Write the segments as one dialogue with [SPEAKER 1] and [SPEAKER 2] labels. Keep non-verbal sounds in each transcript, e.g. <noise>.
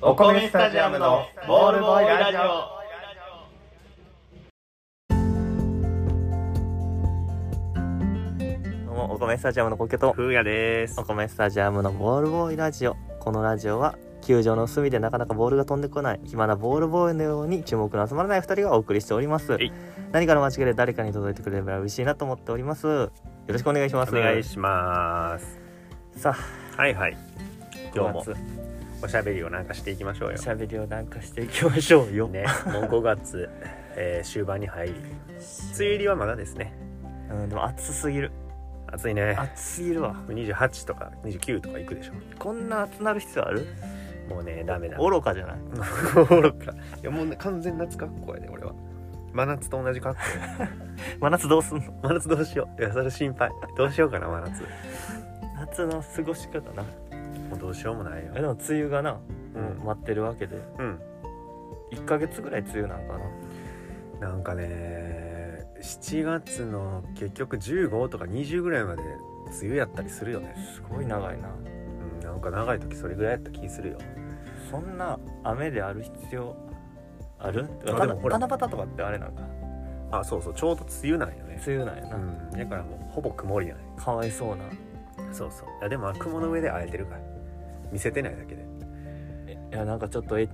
[SPEAKER 1] お米スタジアムのボールボーイラジオ
[SPEAKER 2] どうもお米スタジアムのコケと
[SPEAKER 1] ふうやです
[SPEAKER 2] お米スタジアムのボールボーイラジオこのラジオは球場の隅でなかなかボールが飛んでこない暇なボールボーイのように注目の集まらない2人がお送りしております
[SPEAKER 1] い
[SPEAKER 2] 何かの間違いで誰かに届いてくれれば嬉しいなと思っておりますよろしくお願いしま
[SPEAKER 1] お
[SPEAKER 2] す
[SPEAKER 1] 願いします
[SPEAKER 2] さあ
[SPEAKER 1] はいはい今日も
[SPEAKER 2] 5月
[SPEAKER 1] おしゃべりをなんかしていきましょうよ
[SPEAKER 2] おしゃべりをなんかしていきましょうよ、
[SPEAKER 1] ねもう5月、えー終盤に入り梅雨入りはまだですね
[SPEAKER 2] うんでも暑すぎる
[SPEAKER 1] 暑いね
[SPEAKER 2] 暑すぎるわ
[SPEAKER 1] 28とか29とかいくでしょ
[SPEAKER 2] こんな暑なる必要ある
[SPEAKER 1] もうねダメだ
[SPEAKER 2] 愚かじゃない
[SPEAKER 1] 愚かいやもうね完全夏格好やで俺は真夏と同じ格好
[SPEAKER 2] 真夏どうすんの
[SPEAKER 1] <laughs> 真夏どうしよういやそれ心配どうしようかな真夏
[SPEAKER 2] 夏の過ごし方な
[SPEAKER 1] もうどうしようもないよ
[SPEAKER 2] えでも梅雨がな、
[SPEAKER 1] うん
[SPEAKER 2] 待ってるわけで
[SPEAKER 1] うん
[SPEAKER 2] 1ヶ月ぐらい梅雨なんかな
[SPEAKER 1] なんかね7月の結局15とか20ぐらいまで梅雨やったりするよね、
[SPEAKER 2] すごい長いな
[SPEAKER 1] うん、なんか長い時それぐらいやった気するよ
[SPEAKER 2] そんな雨である必要ある
[SPEAKER 1] あ
[SPEAKER 2] 七
[SPEAKER 1] でもほら
[SPEAKER 2] 七夕とかってあれなんか
[SPEAKER 1] あそうそうちょうど梅雨なんよね
[SPEAKER 2] 梅雨なんやな、
[SPEAKER 1] うんだからもうほぼ曇りやね
[SPEAKER 2] かわいそうな
[SPEAKER 1] そうそういやでも雲の上で会えてるから見せてないだけで
[SPEAKER 2] えいやなんかちょっとえ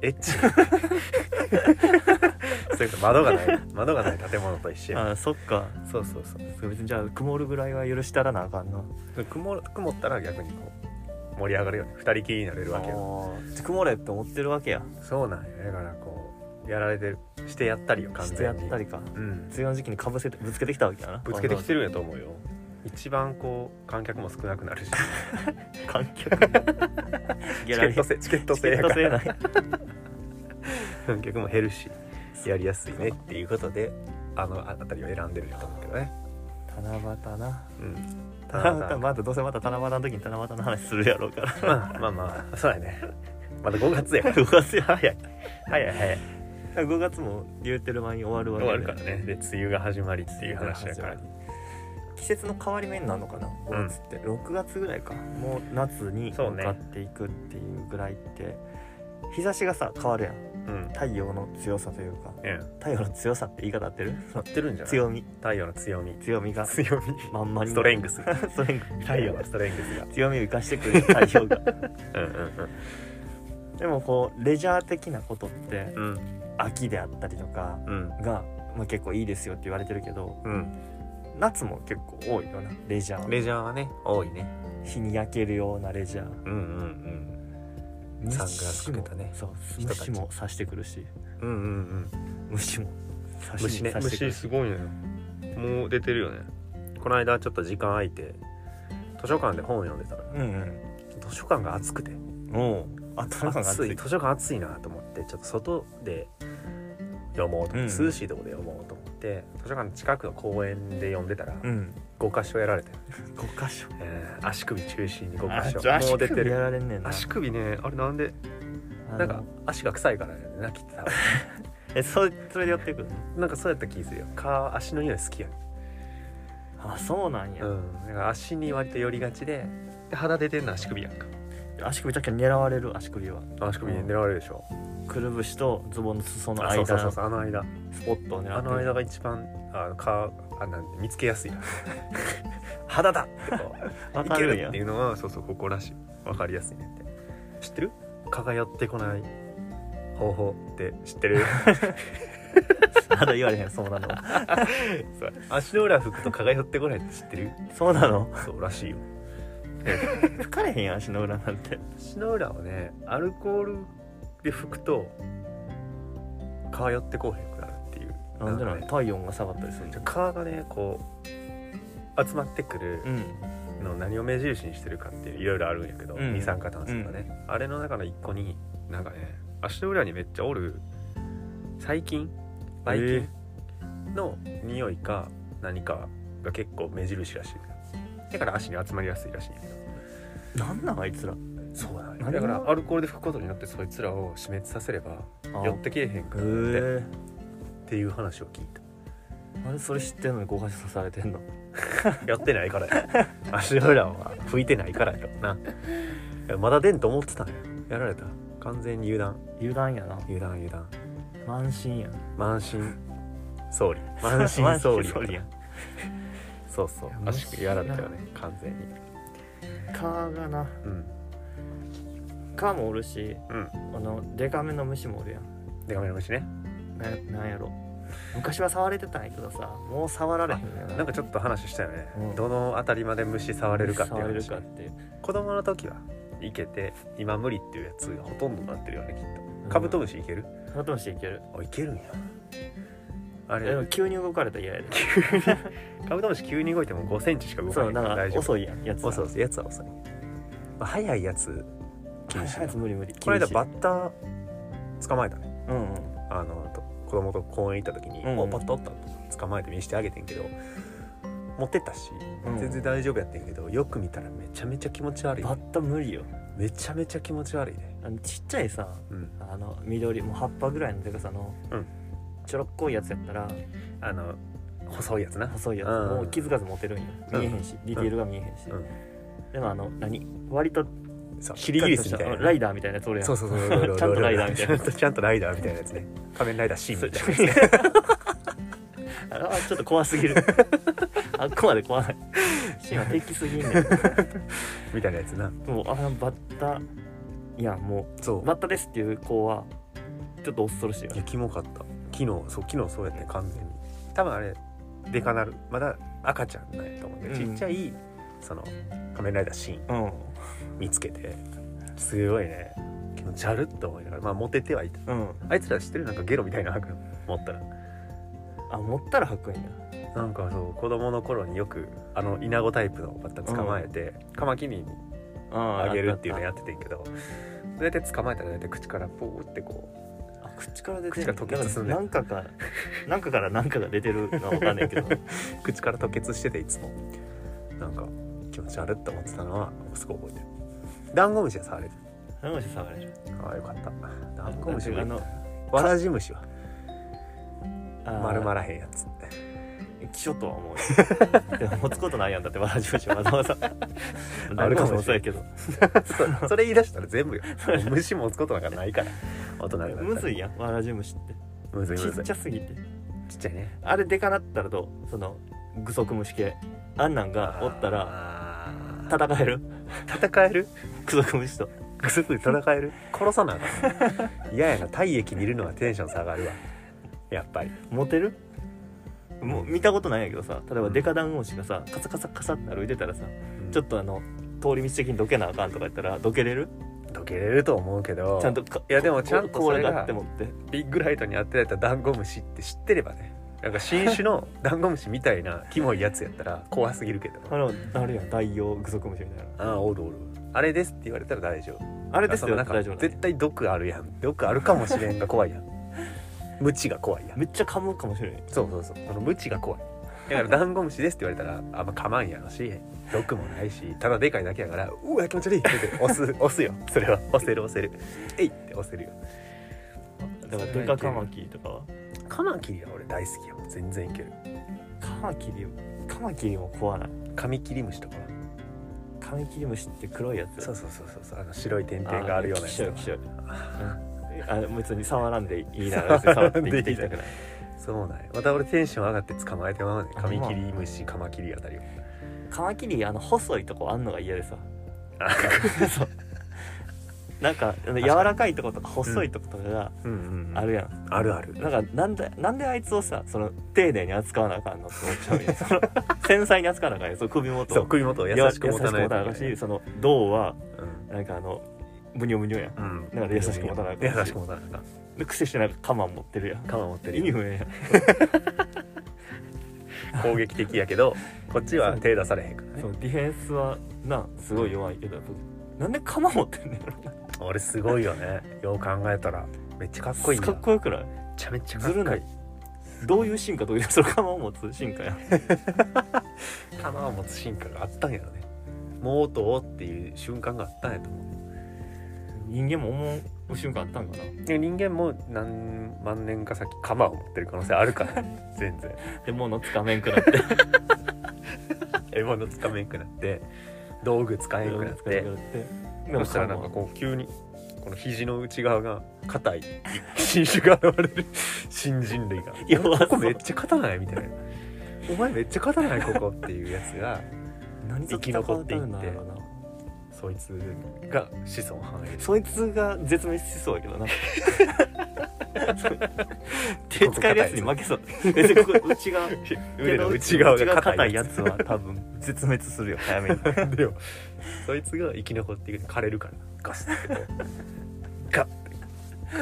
[SPEAKER 1] エッチ <laughs> そういうこと窓がない窓がない建物と一緒や
[SPEAKER 2] あそっか
[SPEAKER 1] そうそうそう
[SPEAKER 2] そう別にじゃあ曇るぐらいは許したらなあかんな
[SPEAKER 1] 曇る曇ったら逆にこう盛り上がるよね二人きりになれるわけよ
[SPEAKER 2] あー曇れって思ってるわけや
[SPEAKER 1] そうなんよだからこうやられてるしてやったりよ完
[SPEAKER 2] し
[SPEAKER 1] 全
[SPEAKER 2] て
[SPEAKER 1] に
[SPEAKER 2] やったりか
[SPEAKER 1] うん
[SPEAKER 2] 梅雨の時期にかぶせてぶつけてきたわけやな
[SPEAKER 1] ぶつけてきてるんやと思うよ一番こう観客も少なくなるし
[SPEAKER 2] 観
[SPEAKER 1] <laughs>
[SPEAKER 2] 客ギ
[SPEAKER 1] チ
[SPEAKER 2] ャ
[SPEAKER 1] ケ
[SPEAKER 2] ラ
[SPEAKER 1] ッ
[SPEAKER 2] リ
[SPEAKER 1] ト
[SPEAKER 2] ー
[SPEAKER 1] 制チケット
[SPEAKER 2] チケ
[SPEAKER 1] 制
[SPEAKER 2] ッ
[SPEAKER 1] やか
[SPEAKER 2] ト制
[SPEAKER 1] ら
[SPEAKER 2] ない
[SPEAKER 1] 観客も減るしやりやすいねっていうことであのあたりを選んでるんやと思うけどね
[SPEAKER 2] 七夕な
[SPEAKER 1] うん
[SPEAKER 2] 七夕
[SPEAKER 1] ま
[SPEAKER 2] またどうせまた七夕の時に七夕の話するやろうから <laughs>
[SPEAKER 1] あまあまあそうやねまだ5月やから
[SPEAKER 2] 5月や
[SPEAKER 1] 早い早い早い
[SPEAKER 2] 5月も言うてる間に終わるわけ
[SPEAKER 1] 終
[SPEAKER 2] で
[SPEAKER 1] わるからねで梅雨が始まりっていう話やから
[SPEAKER 2] 季節の変わり目になるのかな5月って、6月ぐらいかもう夏に
[SPEAKER 1] そうね
[SPEAKER 2] 向かっていくっていうぐらいって、日差しがさ変わるやん
[SPEAKER 1] うん
[SPEAKER 2] 太陽の強さというか
[SPEAKER 1] え
[SPEAKER 2] 太陽の強さって言い方合ってるその
[SPEAKER 1] えってるんじゃない
[SPEAKER 2] 強み
[SPEAKER 1] 太陽の強み
[SPEAKER 2] 強みが
[SPEAKER 1] 強み
[SPEAKER 2] まんまに
[SPEAKER 1] ストレング
[SPEAKER 2] <laughs>
[SPEAKER 1] ス
[SPEAKER 2] ストレングス
[SPEAKER 1] 太陽のストレングスが
[SPEAKER 2] 強みを生かしてくれる太陽
[SPEAKER 1] <laughs>
[SPEAKER 2] が
[SPEAKER 1] うんうん
[SPEAKER 2] でもこうレジャー的なことって
[SPEAKER 1] うん
[SPEAKER 2] 秋であったりとか
[SPEAKER 1] うん
[SPEAKER 2] が、まあ、結構いいですよって言われてるけど
[SPEAKER 1] うん
[SPEAKER 2] 夏も結構多いよなレジャー
[SPEAKER 1] レジャーはね多いね
[SPEAKER 2] 日に焼けるようなレジャー
[SPEAKER 1] うんうん
[SPEAKER 2] 虫
[SPEAKER 1] サ
[SPEAKER 2] も
[SPEAKER 1] ングラスかけたね
[SPEAKER 2] そう
[SPEAKER 1] 人たち
[SPEAKER 2] 虫も刺してくるし
[SPEAKER 1] うんうんうん
[SPEAKER 2] 虫も刺
[SPEAKER 1] 虫
[SPEAKER 2] し
[SPEAKER 1] ね
[SPEAKER 2] 刺してくるし
[SPEAKER 1] すごいねもう出てるよねこの間ちょっと時間空いて図書館で本読んでたら
[SPEAKER 2] うん
[SPEAKER 1] 図書館が暑くて
[SPEAKER 2] うんおうあったかが
[SPEAKER 1] 暑
[SPEAKER 2] 暑
[SPEAKER 1] い
[SPEAKER 2] い
[SPEAKER 1] 図書館暑いなと思ってちょっと外で読もうと思って、
[SPEAKER 2] うん
[SPEAKER 1] 涼しいとこで読もうと思って図書館の近くの公園で読んでたら
[SPEAKER 2] うん
[SPEAKER 1] 5箇所やられて、
[SPEAKER 2] 5箇所
[SPEAKER 1] えー足首中心に5
[SPEAKER 2] あ
[SPEAKER 1] 箇
[SPEAKER 2] ちょ
[SPEAKER 1] 所もう出て
[SPEAKER 2] 足首や
[SPEAKER 1] る
[SPEAKER 2] られんねんな
[SPEAKER 1] 足首ねあれなんで
[SPEAKER 2] あの
[SPEAKER 1] なんか足が臭いからねなきってた
[SPEAKER 2] えそれそれでやっていくの
[SPEAKER 1] なんかそうやった気するよ蚊足の匂い好きやね
[SPEAKER 2] あそうなんや、
[SPEAKER 1] んだから足に割と寄りがちでで肌出てんの足首やんか
[SPEAKER 2] 足首だけ狙われる足首は
[SPEAKER 1] 足首に狙われるでしょ、
[SPEAKER 2] くるぶしとズボンの裾の
[SPEAKER 1] あそう
[SPEAKER 2] 間
[SPEAKER 1] そ
[SPEAKER 2] の
[SPEAKER 1] うそう
[SPEAKER 2] ス
[SPEAKER 1] そうあの間
[SPEAKER 2] ポットを狙ってる
[SPEAKER 1] あの
[SPEAKER 2] <laughs>
[SPEAKER 1] 間が一番あの蚊あなんて見つけやすい <laughs> な肌だってこう
[SPEAKER 2] わ
[SPEAKER 1] <laughs> い
[SPEAKER 2] か
[SPEAKER 1] け
[SPEAKER 2] るん
[SPEAKER 1] る
[SPEAKER 2] や
[SPEAKER 1] っていうのはそうそうここらしいわかりやすいねって知ってる蚊が寄ってこない方法って知ってる
[SPEAKER 2] まだ言われへんそうなの
[SPEAKER 1] <laughs> そう足の裏拭くと蚊が寄ってこないって知ってる
[SPEAKER 2] そうなの
[SPEAKER 1] そうらしいよ
[SPEAKER 2] 吹かれへんやん足の裏なんて
[SPEAKER 1] 足の裏をねアルコールで拭くと蚊寄ってこうへんくなるっていう
[SPEAKER 2] なんでな
[SPEAKER 1] か
[SPEAKER 2] ん
[SPEAKER 1] ね
[SPEAKER 2] 体温が下がったりするんじ
[SPEAKER 1] じ
[SPEAKER 2] ゃ
[SPEAKER 1] ゃ蚊がねこう集まってくる
[SPEAKER 2] ん
[SPEAKER 1] のを何を目印にしてるかっていういろいろあるんやけど、
[SPEAKER 2] うん
[SPEAKER 1] 二酸化炭素がね、あれの中の一個になんかね足の裏にめっちゃおる細菌ばい菌の匂いか何かが結構目印らしいだから足に集まりやすいらしいんやけど
[SPEAKER 2] なんなんあいつら
[SPEAKER 1] そうなん
[SPEAKER 2] 何
[SPEAKER 1] だだから
[SPEAKER 2] が
[SPEAKER 1] アルコールで拭くことによってそいつらを死滅させれば
[SPEAKER 2] あ
[SPEAKER 1] 寄ってけえへんく
[SPEAKER 2] へ
[SPEAKER 1] なって
[SPEAKER 2] え
[SPEAKER 1] っていう話を聞い
[SPEAKER 2] なんでそれ知ってんのに誤解さされてんの
[SPEAKER 1] たやってないか
[SPEAKER 2] <laughs>
[SPEAKER 1] らよ足の裏は拭いてないからよなまだ出んと思ってたのよやられた完全に油断
[SPEAKER 2] 油断やな
[SPEAKER 1] 油断油断
[SPEAKER 2] 満身やん
[SPEAKER 1] 満身総
[SPEAKER 2] <laughs>
[SPEAKER 1] 理満身総理
[SPEAKER 2] 満身創痍や
[SPEAKER 1] そうそう
[SPEAKER 2] いや
[SPEAKER 1] 足首やらったよね完全に
[SPEAKER 2] 蚊がな
[SPEAKER 1] うん
[SPEAKER 2] 蚊もおるし
[SPEAKER 1] うん
[SPEAKER 2] あのデカめの虫もおるやん
[SPEAKER 1] でカメラ虫ね
[SPEAKER 2] ななんやろ昔は触れてたんやけどさもう触られへんよ
[SPEAKER 1] なんかちょっと話したよね、
[SPEAKER 2] うん
[SPEAKER 1] どの辺りまで虫触れるかっていう
[SPEAKER 2] 触れる
[SPEAKER 1] 話
[SPEAKER 2] かっていう
[SPEAKER 1] 子供の時は行けて今無理っていうやつがほとんどになってるよねきっとカブトムシいける、
[SPEAKER 2] カブトムシいける
[SPEAKER 1] あいけるんやあ
[SPEAKER 2] でも
[SPEAKER 1] れ
[SPEAKER 2] 急に動かれたら嫌やで
[SPEAKER 1] カブトムシ急に動いても5センチしか動か
[SPEAKER 2] そ
[SPEAKER 1] な
[SPEAKER 2] う
[SPEAKER 1] いか
[SPEAKER 2] な
[SPEAKER 1] ら
[SPEAKER 2] ん
[SPEAKER 1] 大
[SPEAKER 2] か
[SPEAKER 1] 丈夫
[SPEAKER 2] 遅いやんやつ
[SPEAKER 1] 遅
[SPEAKER 2] う
[SPEAKER 1] いやつは遅い、まあ、早いやつ
[SPEAKER 2] <laughs> やつ無理無理
[SPEAKER 1] この間
[SPEAKER 2] 禁止
[SPEAKER 1] バッター捕まえたね
[SPEAKER 2] うんうん
[SPEAKER 1] あのと子供と公園行った時に「
[SPEAKER 2] うん
[SPEAKER 1] おバッタおった」捕まえて見してあげてんけど持ってったし
[SPEAKER 2] うん
[SPEAKER 1] 全然大丈夫やってんけど、よく見たらめちゃめちゃ気持ち悪い
[SPEAKER 2] バッタ無理よ
[SPEAKER 1] めちゃめちゃ気持ち悪いね
[SPEAKER 2] あのちっちゃいさ
[SPEAKER 1] うん
[SPEAKER 2] あの緑もう葉っぱぐらいのでかさの、
[SPEAKER 1] うん
[SPEAKER 2] ちょろっこいやつやったら
[SPEAKER 1] あの細いやつな
[SPEAKER 2] 細いやつ、
[SPEAKER 1] うん
[SPEAKER 2] もう気づかず持てるんよ
[SPEAKER 1] うん
[SPEAKER 2] 見えへんし、ディテールが見えへんし、
[SPEAKER 1] うん
[SPEAKER 2] でもあの何割と
[SPEAKER 1] そうキ
[SPEAKER 2] キ
[SPEAKER 1] リギリスみたいな
[SPEAKER 2] ライダーみたいなやつおるやん
[SPEAKER 1] そうそうそうそうそ
[SPEAKER 2] <laughs>
[SPEAKER 1] う
[SPEAKER 2] ちゃんとライダーみたいな
[SPEAKER 1] ちゃんとちゃんとライダーみたいなやつね仮面ライダーシーンみたいなやつね
[SPEAKER 2] あれはちょっと怖すぎるあっこまで怖ないシーンは敵すぎんねん
[SPEAKER 1] みたいなやつ
[SPEAKER 2] <laughs>
[SPEAKER 1] な
[SPEAKER 2] もうあのバッタいやも
[SPEAKER 1] そう
[SPEAKER 2] うバッタですっていう子はちょっと恐ろしいよ
[SPEAKER 1] いや
[SPEAKER 2] ね
[SPEAKER 1] キモかった昨日そう昨日そうやって完全に多分あれデカなるまだ赤ちゃんなんやと思うんで、
[SPEAKER 2] うん
[SPEAKER 1] ちっちゃいその仮面ライダーシーン
[SPEAKER 2] うん
[SPEAKER 1] 見つけてすごいね気持ち悪っと思いながらまあモテてはいた
[SPEAKER 2] うん
[SPEAKER 1] あいつら知ってるなんかゲロみたいなの吐くの持ったら
[SPEAKER 2] あ持ったら吐くんや
[SPEAKER 1] なんかそう子供の頃によくあのイナゴタイプのバッタ捕まえて、カマキリに
[SPEAKER 2] あ
[SPEAKER 1] あげるっていうの
[SPEAKER 2] や
[SPEAKER 1] やっててんけど大体捕まえたら大体口からポーってこう
[SPEAKER 2] あ口から出て
[SPEAKER 1] 口
[SPEAKER 2] る
[SPEAKER 1] から吐血するね
[SPEAKER 2] なんかからなんかからなんかが出てるのは分かんないけど
[SPEAKER 1] 口から吐血してていつもなんか気持ち悪って思ってたのはすごい覚えてるダンゴムシは触れる
[SPEAKER 2] ダンゴムシ触れる
[SPEAKER 1] ああよかったダンゴムシ
[SPEAKER 2] あ
[SPEAKER 1] は
[SPEAKER 2] の
[SPEAKER 1] わらじ虫は
[SPEAKER 2] あー
[SPEAKER 1] 丸まらへんやつ
[SPEAKER 2] 気象とは思うよでも持つことないやんだってわらじ虫わざわざ
[SPEAKER 1] <laughs> ある
[SPEAKER 2] ダンゴム
[SPEAKER 1] かもしれん
[SPEAKER 2] シもそうやけど
[SPEAKER 1] そそれ言い出したら全部よもう虫持つことなんかないから大人になったら
[SPEAKER 2] むずいやんわらじ虫って
[SPEAKER 1] むずい
[SPEAKER 2] ち
[SPEAKER 1] むず
[SPEAKER 2] っ
[SPEAKER 1] い
[SPEAKER 2] ちゃすぎて
[SPEAKER 1] ちっちゃいね
[SPEAKER 2] あれでかなったらどうその具足虫系あんなんがおったら
[SPEAKER 1] あーただ
[SPEAKER 2] 戦える
[SPEAKER 1] 戦える
[SPEAKER 2] 具足虫と
[SPEAKER 1] ぐすぐ戦える殺さなあかん嫌やな体液見るのはテンション下がるわやっぱり
[SPEAKER 2] モテるもう見たことないんやけどさ例えばデカダンゴムシがさカサカサカサって歩いてたらさちょっ
[SPEAKER 1] と
[SPEAKER 2] とあの通り道的にどけなあかんとか言ったらどけれる
[SPEAKER 1] 溶けれると思うけど
[SPEAKER 2] ちゃんとか
[SPEAKER 1] いやでもちゃんと
[SPEAKER 2] こ
[SPEAKER 1] そ
[SPEAKER 2] こ
[SPEAKER 1] れ
[SPEAKER 2] れ
[SPEAKER 1] が
[SPEAKER 2] があってもって
[SPEAKER 1] ビッグライトに当てられたダンゴムシって知ってればねなんか新種のダンゴムシみたいなキモいやつやったら怖すぎるけど
[SPEAKER 2] あのあるやん大用具足虫みたいな
[SPEAKER 1] ああおるおるあれですって言われたら大丈夫
[SPEAKER 2] あれですよ
[SPEAKER 1] なんか
[SPEAKER 2] 大丈夫なんや
[SPEAKER 1] 絶対毒あるやん毒あるかもしれんが怖いやん <laughs> 無知が怖いやん
[SPEAKER 2] めっちゃ噛むかもしれない
[SPEAKER 1] そうそうそうその無知が怖いだからダンゴムシですって言われたらあんま噛まんやろし毒もないしただでかいだけやからうわ気持ち悪いって言って押す押すよそれは押せる押せるえいって押せるよ
[SPEAKER 2] だからデカカマキリとかは
[SPEAKER 1] カマキリは俺大好きやもん全然いける
[SPEAKER 2] カマキリカマキリも怖ない
[SPEAKER 1] カミキリムシとかは
[SPEAKER 2] カミキリムシって黒いやつ
[SPEAKER 1] そうそうそうそうそうあの白い点々があるようなやつと
[SPEAKER 2] あ
[SPEAKER 1] か
[SPEAKER 2] きしょいきしょいあ別に触らんでいいな
[SPEAKER 1] <laughs>
[SPEAKER 2] 別に触って生きていきたくない
[SPEAKER 1] そうなんやまた俺テンション上がって捕まえてまうねカミキリムシカマキリあたりを
[SPEAKER 2] カマキリあの細いとこあんのが嫌でさ
[SPEAKER 1] あ
[SPEAKER 2] <laughs> そうなんかあの
[SPEAKER 1] に
[SPEAKER 2] 柔らかいとことか細いとことかが
[SPEAKER 1] うんうん
[SPEAKER 2] あるやん、
[SPEAKER 1] あるある
[SPEAKER 2] なんかなんでなんであいつをさその丁寧に扱わなあかんのって思っちゃう
[SPEAKER 1] <laughs>
[SPEAKER 2] やんその繊細に扱わなあかんやんその首元を
[SPEAKER 1] そう首元を優
[SPEAKER 2] や
[SPEAKER 1] しく持たない
[SPEAKER 2] 優しく持あかんしその胴は
[SPEAKER 1] うん
[SPEAKER 2] なんかあのブニョブニョやん
[SPEAKER 1] うん
[SPEAKER 2] だから優しく持たなあかんし
[SPEAKER 1] 優しく持たなあかん
[SPEAKER 2] で癖してなんかカマン持ってるやん
[SPEAKER 1] カマ持ってる
[SPEAKER 2] 意
[SPEAKER 1] よ
[SPEAKER 2] 味不明やん
[SPEAKER 1] 攻撃的やけ
[SPEAKER 2] <laughs>
[SPEAKER 1] どこっちは手出されへんからね
[SPEAKER 2] そうディフェンスはなすごい弱いけどやっぱなんで鎌持ってんねんかっ
[SPEAKER 1] 俺すごいよねよう考えたらめっちゃかっこいいんだ
[SPEAKER 2] かっこよくない
[SPEAKER 1] めちゃめちゃかっ
[SPEAKER 2] ず
[SPEAKER 1] こい
[SPEAKER 2] る
[SPEAKER 1] い
[SPEAKER 2] ないどういう進化どういうその鎌を持つ進化や
[SPEAKER 1] 弾を持つ進化があったんやろねもうとうっていう瞬間があったんやと思う
[SPEAKER 2] 人間も思う瞬間あったんかな
[SPEAKER 1] で人間も何万年か先鎌を持ってる可能性あるから
[SPEAKER 2] <laughs>
[SPEAKER 1] 全然
[SPEAKER 2] で物つかめんくなって
[SPEAKER 1] 獲物つかめんくなって道具使えんくなって
[SPEAKER 2] で
[SPEAKER 1] そ
[SPEAKER 2] も
[SPEAKER 1] したらなん
[SPEAKER 2] 鎌
[SPEAKER 1] か
[SPEAKER 2] は
[SPEAKER 1] こう急にこの肘の内側が硬い新種が現れる新人類が
[SPEAKER 2] やばそう
[SPEAKER 1] ここめっちゃ硬ないみたいなお前めっちゃ硬ないここっていうやつが
[SPEAKER 2] 何と
[SPEAKER 1] 生き残っていっ
[SPEAKER 2] 戦
[SPEAKER 1] て
[SPEAKER 2] うんだろうな
[SPEAKER 1] そいつが子孫繁栄
[SPEAKER 2] そいつが絶滅しそうやけど <laughs> な手使えるやつに負けそう別にここ内側
[SPEAKER 1] 腕の内側が
[SPEAKER 2] 硬
[SPEAKER 1] 硬
[SPEAKER 2] い
[SPEAKER 1] い
[SPEAKER 2] や
[SPEAKER 1] や
[SPEAKER 2] つ
[SPEAKER 1] つ
[SPEAKER 2] は多分 <laughs> 絶滅するよ早めに
[SPEAKER 1] <laughs> でもそいつが生き残っていく枯れるからガスってこうガッて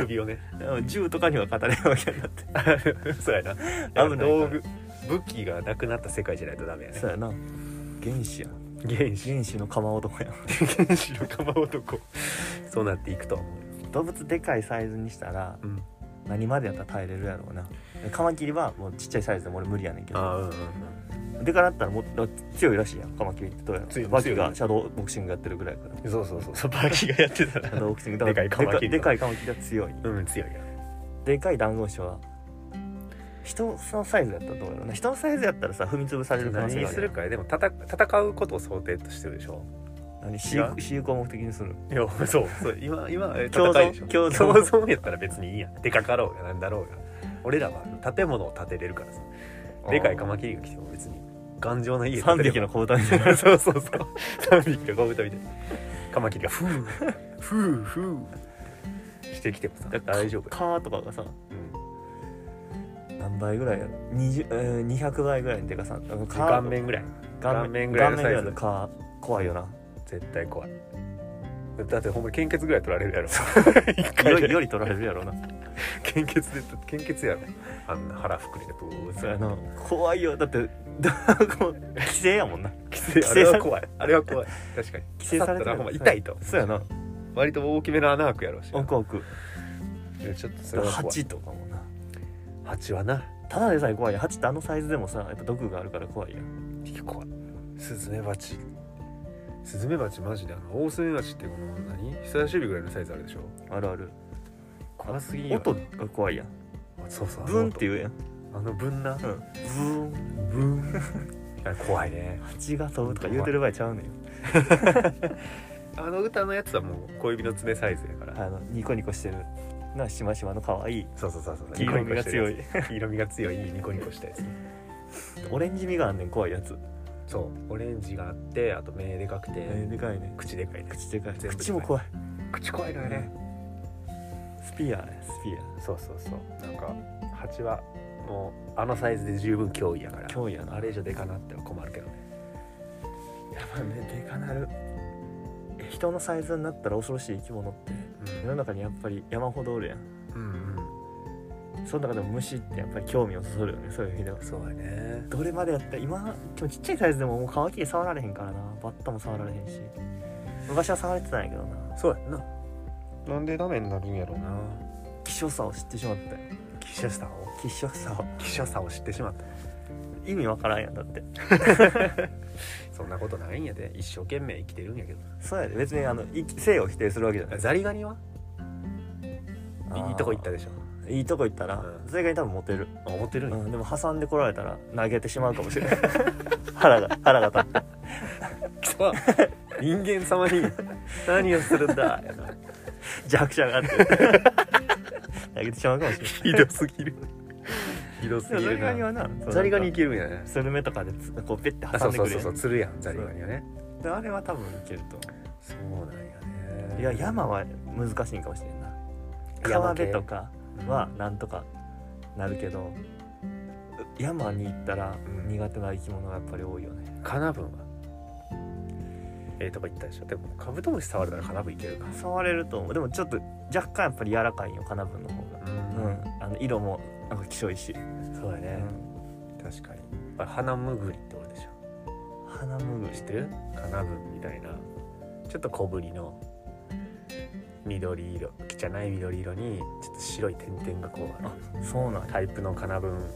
[SPEAKER 1] 首をね
[SPEAKER 2] でも銃とかには勝たれるわけになって
[SPEAKER 1] <laughs> そうやな
[SPEAKER 2] から
[SPEAKER 1] 道具武器がなくなった世界じゃないとダメやね
[SPEAKER 2] そうやな原子や
[SPEAKER 1] 原始 <laughs>
[SPEAKER 2] 原子の釜男や
[SPEAKER 1] 原始の釜男そうなっていくと思
[SPEAKER 2] 動物でかいサイズにしたら
[SPEAKER 1] う、うん、
[SPEAKER 2] 何までやったら耐えれるやろうなでカマキリはもうちっちゃいサイズでも俺無理やねんけ
[SPEAKER 1] ああ
[SPEAKER 2] ど
[SPEAKER 1] うんうん
[SPEAKER 2] でからだったらもっと強いらしいやんカマキリってどうや
[SPEAKER 1] 強い
[SPEAKER 2] バキ
[SPEAKER 1] 強
[SPEAKER 2] が
[SPEAKER 1] い
[SPEAKER 2] シャドーボクシングやってるぐらいやから
[SPEAKER 1] うんそうそうそうそうバーキがやってた
[SPEAKER 2] シャド
[SPEAKER 1] ら
[SPEAKER 2] ーボクシングだから
[SPEAKER 1] でかいカマキリ
[SPEAKER 2] でかいカマキリは強い
[SPEAKER 1] うん強いよ
[SPEAKER 2] でかいダンゴムシは人のサイズやったらどうやろうな人のサイズやったらさ踏み潰される可能性
[SPEAKER 1] 何
[SPEAKER 2] があ
[SPEAKER 1] す
[SPEAKER 2] るや
[SPEAKER 1] る
[SPEAKER 2] ん
[SPEAKER 1] かやでも戦戦うことを想定としてるでしょ
[SPEAKER 2] 何飼育飼育を目的にする
[SPEAKER 1] いやそうそう今今え
[SPEAKER 2] 共存
[SPEAKER 1] 戦いでしょ
[SPEAKER 2] 共
[SPEAKER 1] 共
[SPEAKER 2] 存
[SPEAKER 1] 存やったら別にいいやんでかかろうがなんだろうが俺らは建物を建てれるからさでかいカマ
[SPEAKER 2] キ
[SPEAKER 1] キリが来ても別に頑丈な家
[SPEAKER 2] リ
[SPEAKER 1] 建
[SPEAKER 2] 3
[SPEAKER 1] てれば
[SPEAKER 2] 匹の小豚みたいな
[SPEAKER 1] <laughs> そうそうそう3匹の小豚みたいなカマキリがフーフーフーしてきてもさ大丈夫や、
[SPEAKER 2] カーとかがさ
[SPEAKER 1] うん
[SPEAKER 2] 何倍ぐらいやろ20えー200倍ぐらいのでかさあのカー
[SPEAKER 1] 顔面ぐらい顔面ぐらいのサ
[SPEAKER 2] 顔面ぐら
[SPEAKER 1] イズ
[SPEAKER 2] いのカー怖いよな
[SPEAKER 1] 絶対怖いだってほんまに献血ぐらい取られるやろ一
[SPEAKER 2] よ
[SPEAKER 1] 回
[SPEAKER 2] り
[SPEAKER 1] で
[SPEAKER 2] より取られるやろな
[SPEAKER 1] 献血で献血やろあんな腹膨れてブー
[SPEAKER 2] そう
[SPEAKER 1] ッ
[SPEAKER 2] や
[SPEAKER 1] て
[SPEAKER 2] な怖いよだって <laughs> どこう規制やもんな
[SPEAKER 1] 規制あ
[SPEAKER 2] 制
[SPEAKER 1] れ
[SPEAKER 2] さ
[SPEAKER 1] は怖いあれは怖い確かに
[SPEAKER 2] 規制され
[SPEAKER 1] 刺さった
[SPEAKER 2] て
[SPEAKER 1] ら
[SPEAKER 2] る
[SPEAKER 1] ほんま痛いと
[SPEAKER 2] そうやな
[SPEAKER 1] 割と大きめの穴開くやろうし
[SPEAKER 2] 奥奥
[SPEAKER 1] いやちょっとそれは怖い
[SPEAKER 2] 8とかもな
[SPEAKER 1] 蜂はな
[SPEAKER 2] ただでさえ怖いや8ってあのサイズでもさやっぱ毒があるから怖いやん
[SPEAKER 1] 怖いスズメバチスズメバチマジであのオオスズメバチってこの何人差し指ぐらいのサイズあるでしょ
[SPEAKER 2] あるある
[SPEAKER 1] 怖すぎよ
[SPEAKER 2] 音が怖いやん
[SPEAKER 1] そうそう
[SPEAKER 2] ブンって言うやん
[SPEAKER 1] あのブンな
[SPEAKER 2] うんブーン
[SPEAKER 1] ブンあれ怖いね
[SPEAKER 2] 蜂が飛ぶとか言うてる場合ちゃうのよ
[SPEAKER 1] あの歌のやつはもう小指の爪サイズやから、
[SPEAKER 2] あのニコニコしてるなしましまの可愛い
[SPEAKER 1] そうそうそうそう
[SPEAKER 2] 黄色みが強い
[SPEAKER 1] 黄色みが強いニコニコしたやつ
[SPEAKER 2] オレンジ味があんねん怖いやつ
[SPEAKER 1] そうオレンジがあってあと目でかくて、
[SPEAKER 2] えーでかいね
[SPEAKER 1] 口でかいね
[SPEAKER 2] 口でかい
[SPEAKER 1] 全部でかい
[SPEAKER 2] 口も怖い
[SPEAKER 1] 口怖いのよね、
[SPEAKER 2] スピアねスピア
[SPEAKER 1] そうそうそうなんか蜂はもうあのサイズで十分脅威やから
[SPEAKER 2] 脅威やな
[SPEAKER 1] あれ以上でかなっては困るけどね
[SPEAKER 2] やばいねでかなる人のサイズになったら恐ろしい生き物って世の中にやっぱり山ほどおるやん
[SPEAKER 1] うん、うん
[SPEAKER 2] その中でも虫ってやっぱり興味をそそるよねそういう意味では
[SPEAKER 1] そうだね
[SPEAKER 2] どれまでやったら今でもちっちゃいサイズでももうカマキリ触られへんからなバッタも触られへんし昔は触れてたんやけどな
[SPEAKER 1] そうやんななんでダメになるんやろうな
[SPEAKER 2] 希少さを知ってしまったよ
[SPEAKER 1] 希少さを
[SPEAKER 2] 希少さを
[SPEAKER 1] 希少さを知ってしまった
[SPEAKER 2] 意味わからんやんだって
[SPEAKER 1] そんなことないんやで一生懸命生きてるんやけど
[SPEAKER 2] そうやで別にあのい性を否定するわけじゃない
[SPEAKER 1] ザリガニは
[SPEAKER 2] あー
[SPEAKER 1] いいとこ行ったでしょ
[SPEAKER 2] いいとこ行ったら
[SPEAKER 1] うん
[SPEAKER 2] それがに多分モテる、
[SPEAKER 1] あ思ってるん
[SPEAKER 2] う
[SPEAKER 1] や、
[SPEAKER 2] ん、でも挟んでこられたら投げてしまうかもしれない <laughs> 腹が腹が立って
[SPEAKER 1] さあ人間様に何をするんだやな
[SPEAKER 2] 弱者
[SPEAKER 1] <laughs>
[SPEAKER 2] があって投げてしまうかもしれない
[SPEAKER 1] ひどすぎるひどす
[SPEAKER 2] でも
[SPEAKER 1] ぎ
[SPEAKER 2] ザ
[SPEAKER 1] る
[SPEAKER 2] リガニ
[SPEAKER 1] な
[SPEAKER 2] はなそう
[SPEAKER 1] ザリガニ
[SPEAKER 2] ないんか
[SPEAKER 1] けるんやね
[SPEAKER 2] スルメとかでつこうペッて
[SPEAKER 1] あ
[SPEAKER 2] 挟
[SPEAKER 1] そ
[SPEAKER 2] んでく
[SPEAKER 1] うそう
[SPEAKER 2] れ
[SPEAKER 1] そうそう釣るやんザリガニはね
[SPEAKER 2] であれは多分いけると思
[SPEAKER 1] そうなんや
[SPEAKER 2] う
[SPEAKER 1] ね
[SPEAKER 2] いや山は難しいんかもしれんな川
[SPEAKER 1] 山
[SPEAKER 2] 辺
[SPEAKER 1] 系
[SPEAKER 2] とかはなんとかなるけど山に行ったら
[SPEAKER 1] うん
[SPEAKER 2] 苦手な生き物がやっぱり多いよね、
[SPEAKER 1] カナブンはええとこ行ったでしょでもカブトムシ触れたらカナブンいけるか
[SPEAKER 2] 触れると思うでもちょっと若干やっぱり柔らかいよカナブンの方が
[SPEAKER 1] う
[SPEAKER 2] うん、あの色もなんか希少いし、
[SPEAKER 1] そうだね、確かにあ花むぐりっておるでしょ
[SPEAKER 2] 花むぐ
[SPEAKER 1] 知
[SPEAKER 2] し
[SPEAKER 1] ってるカナブンみたいなちょっと小ぶりの緑色汚い緑色にちょっと白い点々がこうある
[SPEAKER 2] そうなんや
[SPEAKER 1] タイプのカナブン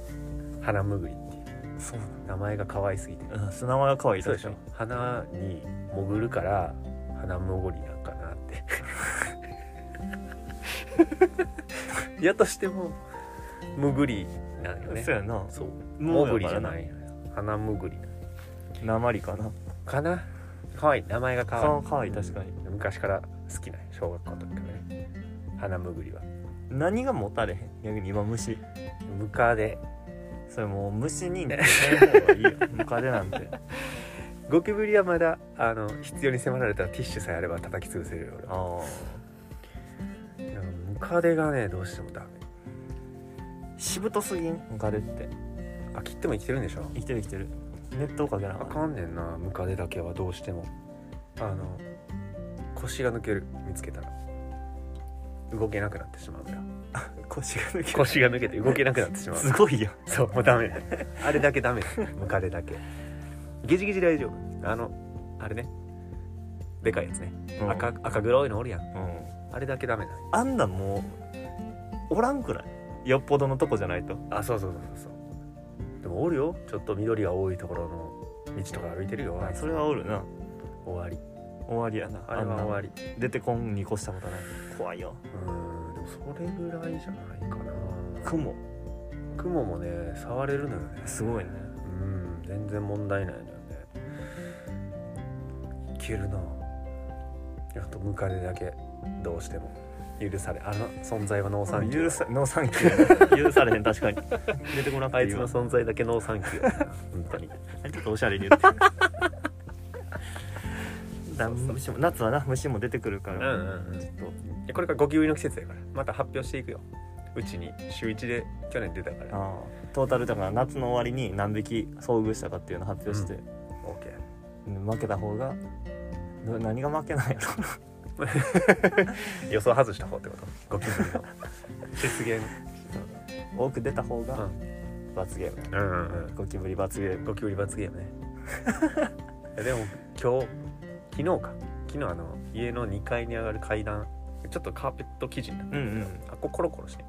[SPEAKER 1] 花むぐりっていう
[SPEAKER 2] そう
[SPEAKER 1] 名前が可愛すぎて
[SPEAKER 2] なんや、うん、砂前が可愛い
[SPEAKER 1] そうでしょ花に潜るから花潜りなんかなって <laughs> やとしても潜りなん
[SPEAKER 2] 確
[SPEAKER 1] よ
[SPEAKER 2] かに
[SPEAKER 1] ね
[SPEAKER 2] そうやな
[SPEAKER 1] そう
[SPEAKER 2] もう
[SPEAKER 1] 潜りじゃ
[SPEAKER 2] や
[SPEAKER 1] ない花潜り
[SPEAKER 2] からな鉛かな
[SPEAKER 1] かな可愛い名前が可愛い
[SPEAKER 2] かわいい確かに
[SPEAKER 1] 昔から好きなんよ小学校の時からね花むぐりは
[SPEAKER 2] 何が持たれへん逆に今虫
[SPEAKER 1] ムカデ
[SPEAKER 2] <laughs> それもう虫になった方がいいよムカデなんて
[SPEAKER 1] ゴキブリはまだあの必要に迫られたらティッシュさえあれば叩き潰せるよ俺
[SPEAKER 2] <laughs>
[SPEAKER 1] は
[SPEAKER 2] ああ
[SPEAKER 1] いやムカデがねどうしてもダメ
[SPEAKER 2] しぶとすぎんムカデって
[SPEAKER 1] あ切っても生きてるんでしょ
[SPEAKER 2] 生きてる生きてる熱湯かけな
[SPEAKER 1] あ
[SPEAKER 2] あ
[SPEAKER 1] かんねんなムカデだけはどうしてもあの腰が抜ける見つけたら動けなくなってしまうんだよ
[SPEAKER 2] 腰が抜け
[SPEAKER 1] 腰が抜けて動けなくなってしまう
[SPEAKER 2] すごいよ
[SPEAKER 1] <laughs> そうもうダメ <laughs> あれだけダメムカデだけゲジゲジ大丈夫あのあれねでかいやつね、赤赤黒いのおるやん
[SPEAKER 2] うん
[SPEAKER 1] あれだけダメだ
[SPEAKER 2] あんなんもうおらんくないよっぽどのとこじゃないと
[SPEAKER 1] あそうそうそうそうそうでもおるよちょっと緑が多いところの道とか歩いてるよあいつ
[SPEAKER 2] それはおるな
[SPEAKER 1] 終わり
[SPEAKER 2] 終わりやな
[SPEAKER 1] あれは終わり
[SPEAKER 2] り出てこんに越したことない怖いよ
[SPEAKER 1] うんでもそれぐらいじゃないかな
[SPEAKER 2] 雲
[SPEAKER 1] 雲もね触れるのよね
[SPEAKER 2] すごいね
[SPEAKER 1] うん全然問題ないのよねいけるなあとムカデだけどうしても許されあの存在はノーサンキュー
[SPEAKER 2] 許さノーサンキュー許されへん確 <laughs> かに出てこなく
[SPEAKER 1] あ
[SPEAKER 2] てい
[SPEAKER 1] い
[SPEAKER 2] い
[SPEAKER 1] つ
[SPEAKER 2] わ
[SPEAKER 1] の存在だけノーサンキュー <laughs> だな本当に
[SPEAKER 2] あれちょっとおしゃれに <laughs> 言ってだ虫も夏はな虫も出てくるか
[SPEAKER 1] うん
[SPEAKER 2] ら、
[SPEAKER 1] うん
[SPEAKER 2] ちょっ
[SPEAKER 1] うんこれからゴキブリの季節やからまた発表していくようちに週1で去年出たか
[SPEAKER 2] と
[SPEAKER 1] ら
[SPEAKER 2] あートータルだから夏の終わりに何匹遭遇したかっていうのを発表して、
[SPEAKER 1] OK
[SPEAKER 2] 負けた方がな何が負けないやろ <laughs>
[SPEAKER 1] 予想外した方ってことゴキブリ <laughs> の出現
[SPEAKER 2] 多く出た方
[SPEAKER 1] う
[SPEAKER 2] が罰ゲームやね、
[SPEAKER 1] うんうんうん
[SPEAKER 2] ゴキブリ罰ゲーム
[SPEAKER 1] ゴキブリ罰ゲームね <laughs> いやでも今日昨日か昨日あの家の2階に上がる階段ちょっとカーペット生地になってるんですよ、
[SPEAKER 2] う
[SPEAKER 1] あこコロコロして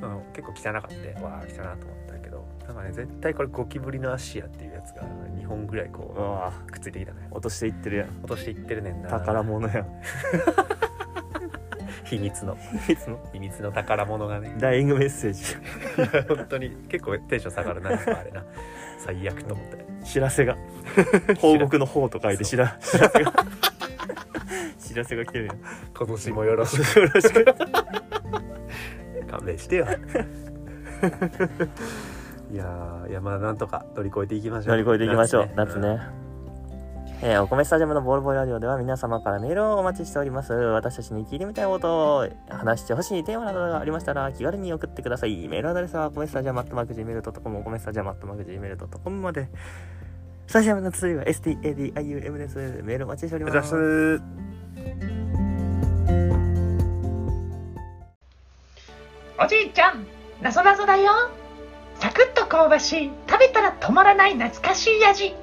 [SPEAKER 1] あの結構汚かったわあ汚なと思ったけどなんかね絶対これゴキブリの足やっていうやつが2本ぐらいこ
[SPEAKER 2] わ
[SPEAKER 1] うくっついてきたね
[SPEAKER 2] 落としていってるやん
[SPEAKER 1] 落としていってるねんな
[SPEAKER 2] 宝物や
[SPEAKER 1] 秘密の
[SPEAKER 2] ん <laughs> いつの
[SPEAKER 1] 秘密の宝物がね <laughs>
[SPEAKER 2] ダイイングメッセージ
[SPEAKER 1] 本当に結構テンション下がるなやっぱあれな最悪と思って
[SPEAKER 2] 知ら
[SPEAKER 1] <laughs>
[SPEAKER 2] せが報告の方と書いて知ら知らせが <laughs> 知らせが来てるやん
[SPEAKER 1] 今年もよろしく
[SPEAKER 2] よろしく
[SPEAKER 1] 勘
[SPEAKER 2] <laughs>
[SPEAKER 1] 弁してよいやーいやまあなんとか乗り越えていきましょう
[SPEAKER 2] 乗り越えていきましょう夏
[SPEAKER 1] 夏
[SPEAKER 2] ね,、えーお米スタジアムのボールボーイラジオでは皆様からメールをお待ちしております私たちに聞いてみたいこと話してほしいテーマなどがありましたら気軽に送ってくださいメールアドレスはお米スタジアムアットマーク Gmail.com お米スタジアムアットマーク Gmail.com までスタジアムの通りは STADIUM ですメールお待ちしており
[SPEAKER 1] 目指
[SPEAKER 2] ますす
[SPEAKER 3] おじいちゃん、なぞなぞだよ。サクッと香ばしい、食べたら止まらない懐かしい味。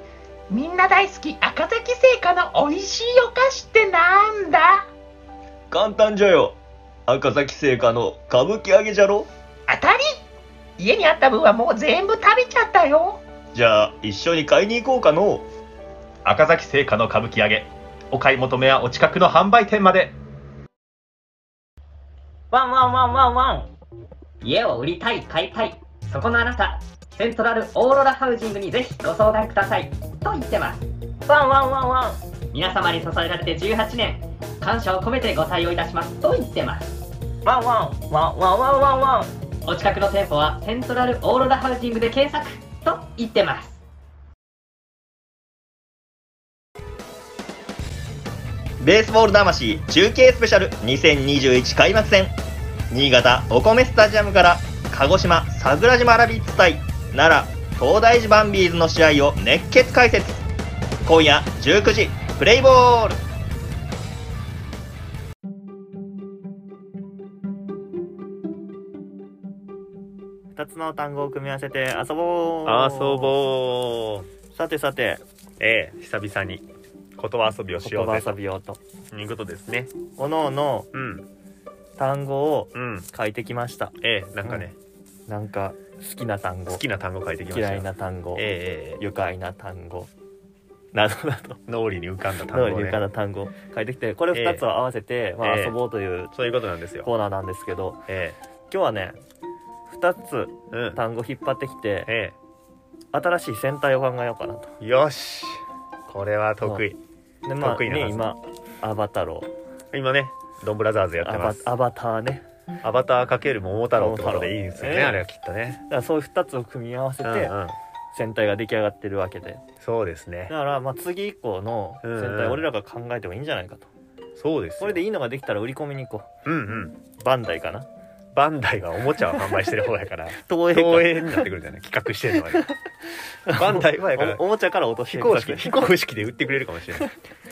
[SPEAKER 3] みんな大好き赤崎製菓の美味しいお菓子ってなんだ
[SPEAKER 4] 簡単じゃよ赤崎製菓の歌舞伎揚げじゃろ
[SPEAKER 3] 当たり家にあった分はもう全部食べちゃったよ。
[SPEAKER 4] じゃあ一緒に買いに行こうかの
[SPEAKER 5] 赤崎製菓の歌舞伎揚げお買い求めはお近くの販売店まで
[SPEAKER 6] ワンワンワンワンワン家を売りたい買いたいそこのあなたセントラルオーロラハウジングにぜひご相談くださいと言ってますワンワンワンワン皆様に支えられて18年感謝を込めてご対応いたしますと言ってますワンワンワンワンワンワンワンお近くの店舗はセントラルオーロラハウジングで検索と言ってます
[SPEAKER 4] ベースボール魂中継スペシャル2021開幕戦新潟お米スタジアムから鹿児島桜島ラビッツ対奈良東大寺バンビーズの試合を熱血解説今夜19時プレイボール
[SPEAKER 2] 2つの単語を組み合わせて遊ぼう
[SPEAKER 1] 遊ぼう
[SPEAKER 2] さてさて
[SPEAKER 1] ええ久々に言葉遊びをしよ
[SPEAKER 2] 言
[SPEAKER 1] うぜ
[SPEAKER 2] 葉遊びをと
[SPEAKER 1] ということですね
[SPEAKER 2] おのおの
[SPEAKER 1] うん
[SPEAKER 2] 単語を
[SPEAKER 1] うん
[SPEAKER 2] 書いてきました
[SPEAKER 1] ええなんかね、
[SPEAKER 2] なんか好きな単語
[SPEAKER 1] 好きな単語書いてきましたよ
[SPEAKER 2] 嫌いな単語、
[SPEAKER 1] えええええ
[SPEAKER 2] 愉快な単語などなど
[SPEAKER 1] え脳裏に浮かんだ <laughs> 単語
[SPEAKER 2] の
[SPEAKER 1] ね
[SPEAKER 2] 愉快な単語書いてきてこれ2つを合わせて、まあ、
[SPEAKER 1] ええ
[SPEAKER 2] 遊ぼうという
[SPEAKER 1] そういうことなんですよ
[SPEAKER 2] コーナーなんですけど
[SPEAKER 1] え
[SPEAKER 2] 今日はね2つ
[SPEAKER 1] えうん
[SPEAKER 2] 単語引っ張ってきて
[SPEAKER 1] え
[SPEAKER 2] 新しい戦隊を考えようかなと
[SPEAKER 1] えよしこれは得意
[SPEAKER 2] でまあ
[SPEAKER 1] 得意なは
[SPEAKER 2] ね
[SPEAKER 1] ず
[SPEAKER 2] 今「アバタロ
[SPEAKER 1] 今ねドンブラザーズやって
[SPEAKER 2] ア
[SPEAKER 1] ま
[SPEAKER 2] バ
[SPEAKER 1] す
[SPEAKER 2] アバターね
[SPEAKER 1] アバター×桃太郎ってことでいいんですよね
[SPEAKER 2] 桃太郎
[SPEAKER 1] あれはきっとね
[SPEAKER 2] だからそういう2つを組み合わせ
[SPEAKER 1] うん
[SPEAKER 2] て
[SPEAKER 1] うん
[SPEAKER 2] 戦隊が出来上がってるわけで
[SPEAKER 1] そうですね
[SPEAKER 2] だからまあ次以降の戦
[SPEAKER 1] うん
[SPEAKER 2] 隊
[SPEAKER 1] うん
[SPEAKER 2] 俺らが考えてもいいんじゃないかと
[SPEAKER 1] そうですよ
[SPEAKER 2] それでいいのができたら売り込みに行こ
[SPEAKER 1] うんうん
[SPEAKER 2] うバンダイかな
[SPEAKER 1] バンダイがおもちゃを販売してる方やから
[SPEAKER 2] <laughs> 東映か
[SPEAKER 1] 東映になってくるんだよね企画してるのは
[SPEAKER 2] <laughs>
[SPEAKER 1] ねバンダイはやから
[SPEAKER 2] おおもちゃから落として
[SPEAKER 1] 非
[SPEAKER 2] る
[SPEAKER 1] 公式非公式で売ってくれるかもしれない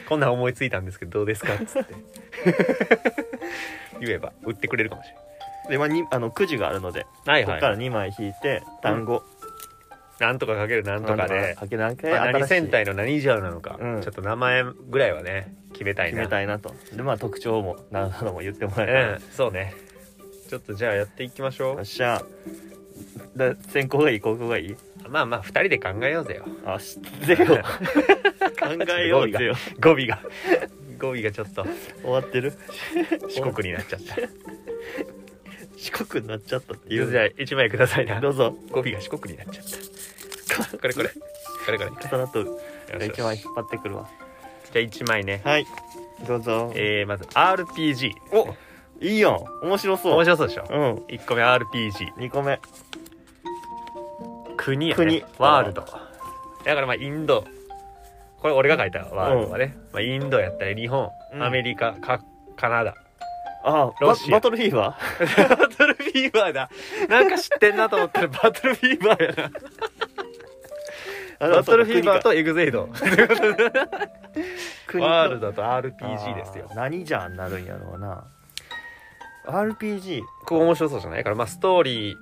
[SPEAKER 1] こんなん思いついたんですけどどうですかっ
[SPEAKER 2] <laughs>
[SPEAKER 1] つって言えば売ってくれるかもしれ
[SPEAKER 2] で、まあ、にあのくじがあるので、
[SPEAKER 1] ない
[SPEAKER 2] ここから2枚引いて単語、
[SPEAKER 1] なんとかかけるなんとかで、
[SPEAKER 2] かけなき
[SPEAKER 1] ま
[SPEAKER 2] ゃ新
[SPEAKER 1] あ何
[SPEAKER 2] しい
[SPEAKER 1] 戦隊の何ジャーなのか、
[SPEAKER 2] うん
[SPEAKER 1] ちょっと名前ぐらいはね決めたい
[SPEAKER 2] 決
[SPEAKER 1] な
[SPEAKER 2] めたいなとでまあ特徴もなども言ってもらえれば
[SPEAKER 1] うんそうねちょっとじゃあやっていきましょ
[SPEAKER 2] よっしゃだ先行がいい後攻がいいう
[SPEAKER 1] まあまあ2人で考えようぜよ
[SPEAKER 2] あしゼロ考 <laughs> えようゼロ
[SPEAKER 1] 語尾が語尾がちょっと
[SPEAKER 2] 終わってる
[SPEAKER 1] <laughs> 四国になっちゃった
[SPEAKER 2] 四国になっちゃったってい
[SPEAKER 1] ゆう
[SPEAKER 2] う
[SPEAKER 1] じゃあ1枚くださいな
[SPEAKER 2] どうぞ
[SPEAKER 1] 語尾が四国になっちゃったこれこれこれこれ
[SPEAKER 2] 重なっとる
[SPEAKER 1] よしよし
[SPEAKER 2] 一枚引っ張ってくるわ
[SPEAKER 1] じゃあ1枚ね
[SPEAKER 2] はいどうぞ
[SPEAKER 1] えー、まず RPG
[SPEAKER 2] おいいやん面白そう
[SPEAKER 1] 面白そうでしょ
[SPEAKER 2] うん
[SPEAKER 1] 1個目 RPG
[SPEAKER 2] 2個目
[SPEAKER 1] 国や、ね、
[SPEAKER 2] 国
[SPEAKER 1] ワールドだからまあインドこれ俺が書いたワールドはね、まあ、インドやったり日本、
[SPEAKER 2] うん
[SPEAKER 1] アメリカかカナダ
[SPEAKER 2] あ
[SPEAKER 1] ロ
[SPEAKER 2] バ
[SPEAKER 1] シア
[SPEAKER 2] バトルフィーバ
[SPEAKER 1] バトルフィーバーだなんか知ってんなと思ったらバトルフィーバーや
[SPEAKER 2] ーあ
[SPEAKER 1] なバトルフィーバ
[SPEAKER 2] そ
[SPEAKER 1] ー
[SPEAKER 2] うか
[SPEAKER 1] とエグゼイド
[SPEAKER 2] 国か
[SPEAKER 1] ワールドと
[SPEAKER 2] 国と
[SPEAKER 1] RPG ですよ
[SPEAKER 2] あー何じゃんなるんやろうな RPG
[SPEAKER 1] こう面白そうじゃないだからまあストーリー